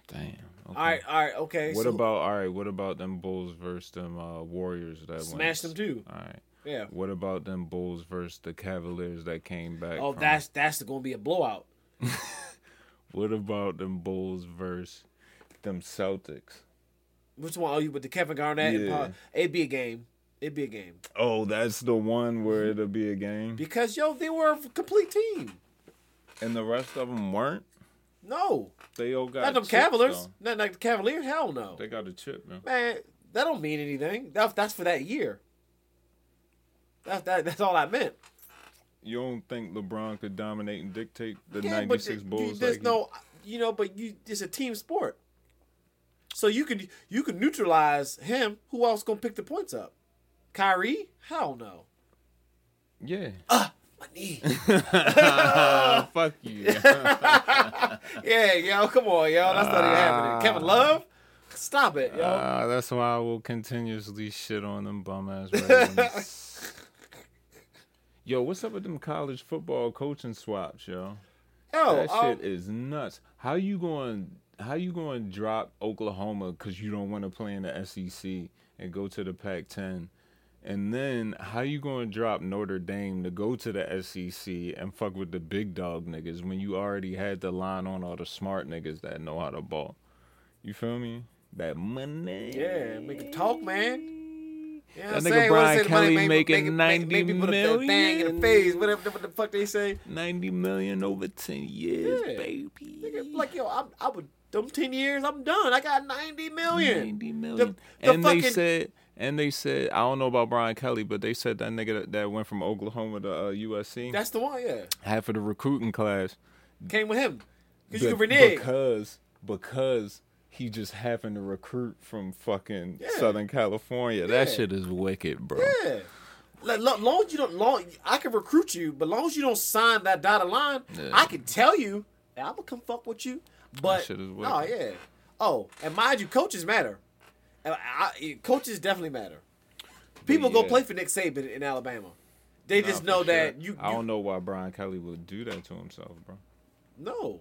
B: Damn. Okay.
A: All right. All right. Okay.
B: What
A: so
B: about all right? What about them Bulls versus them uh, Warriors that went-
A: smash them too?
B: All right.
A: Yeah.
B: What about them Bulls versus the Cavaliers that came back?
A: Oh,
B: from-
A: that's that's gonna be a blowout.
B: What about them Bulls versus them Celtics?
A: Which one are you with the Kevin Garnett? And
B: Yeah.
A: Paul? It'd be a game. It'd be a game
B: Oh, that's the one where
A: Mm-hmm.
B: it'll be a game,
A: because yo, they were a complete team.
B: and the rest of them weren't.
A: No,
B: They all got
A: not them
B: chips,
A: Cavaliers.
B: though.
A: Not like the Cavaliers. Hell no,
B: They got a chip, man.
A: man. That don't mean anything. That's that's for that year. That's that, that's all I meant.
B: You don't think LeBron could dominate and dictate the
A: Yeah, but
B: '96
A: th-
B: Bulls?
A: there's
B: like he-
A: no, you know, but you it's a team sport. So you could you could neutralize him. Who else gonna pick the points up? Kyrie? Hell no.
B: Yeah. (laughs)
A: My knee.
B: Ah, fuck you.
A: yeah, yo, come on, yo. That's not even happening. Kevin Love? Stop it, yo.
B: Ah, that's why I will continuously shit on them bum ass Ravens. Yo, what's up with them college football coaching swaps, yo?
A: yo,
B: that
A: um,
B: shit is nuts. How you going? How you going to drop Oklahoma because you don't want to play in the SEC and go to the Pac-10, and then how you going to drop Notre Dame to go to the SEC and fuck with the big dog niggas when you already had the line on all the smart niggas that know how to ball? You feel me? That money.
A: yeah, make him talk, man. You know
B: That
A: what I'm
B: nigga
A: saying? What
B: Brian
A: they say, the money
B: Kelly
A: make-
B: making
A: make- make-
B: 90
A: make people the- the thing in
B: million.
A: the face, whatever what the fuck they say.
B: ninety million over ten years,
A: Yeah.
B: baby.
A: Nigga, Like, yo, I'm, I would, them 10 years, I'm done. I got 90 million.
B: 90 million.
A: the
B: and they
A: fucking-
B: said, and they said, I don't know about Brian Kelly, but they said that nigga that, that went from Oklahoma to uh, USC,
A: That's the one, yeah.
B: half of the recruiting class.
A: Came with him. Because you
B: be-
A: can renege.
B: Because, because he just happened to recruit from fucking
A: Yeah.
B: Southern California. That
A: Yeah.
B: shit is wicked, bro.
A: Yeah. Like, lo- long as you don't, long I can recruit you, but long as you don't sign that dotted line, I can tell you that I'm gonna come fuck with you. But
B: shit is wicked.
A: oh yeah, oh and mind you, coaches matter. And I, I- coaches definitely matter. People go
B: yeah.
A: play for Nick Saban in Alabama. They
B: Nah,
A: just
B: for
A: know
B: sure.
A: that you,
B: I
A: you-
B: don't know why Brian Kelly would do that to himself, bro.
A: no.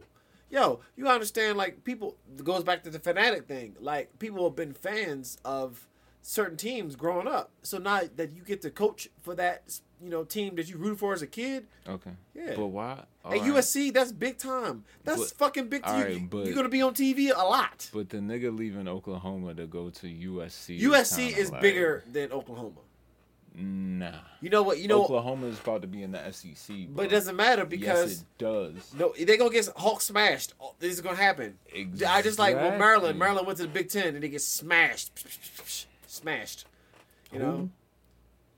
A: Yo, you understand, like, people, it goes back to the fanatic thing. Like, people have been fans of certain teams growing up. So now that you get to coach for that, you know, team that you rooted for as a kid,
B: Okay.
A: Yeah.
B: But why?
A: at
B: alright.
A: USC, that's big time. That's
B: But-
A: fucking big time.
B: alright, but-
A: You're going to be on TV a lot.
B: But the nigga leaving Oklahoma to go to USC.
A: USC
B: kinda
A: is
B: like,
A: bigger than Oklahoma.
B: Nah.
A: You know what? You know,
B: Oklahoma is about to be in the SEC. Bro.
A: but it doesn't matter
B: yes,
A: because
B: it does.
A: no, they're going to get Hawk smashed. Oh, This is going to happen. I just like well,
B: Exactly.
A: Maryland. Maryland went to the Big Ten and they get smashed, smashed. You know,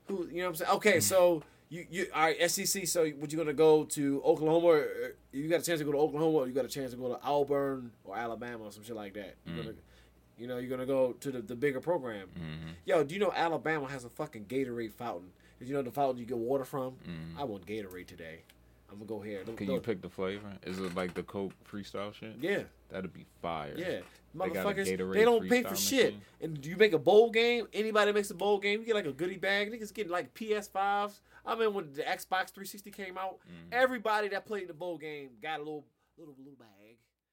A: who? You know what I'm saying?
B: Hmm.
A: Okay, so you you all right? SEC. So would you gonna go to Oklahoma? Or or you got a chance to go to Oklahoma, or you got a chance to go to Auburn or Alabama or some shit like that.
B: Hmm.
A: You're gonna, you know, you're gonna go to the, the bigger program. Yo, do you know Alabama has a fucking Gatorade fountain? Did you know the fountain you get water from? I want Gatorade today. I'm gonna go here. Don't-
B: Hmm. Can you
A: don't-
B: pick the flavor? Is it like the Coke freestyle shit?
A: Yeah.
B: That'd be fire.
A: Yeah.
B: They got a
A: Motherfuckers,
B: Gatorade
A: they don't pay for
B: freestyle
A: shit.
B: machine.
A: And you make a bowl game, anybody makes a bowl game, you get like a goodie bag. Niggas getting like PS5s. I mean, when
B: Mm.
A: the Xbox 360 came out, everybody that played the bowl game got a little little, little bag.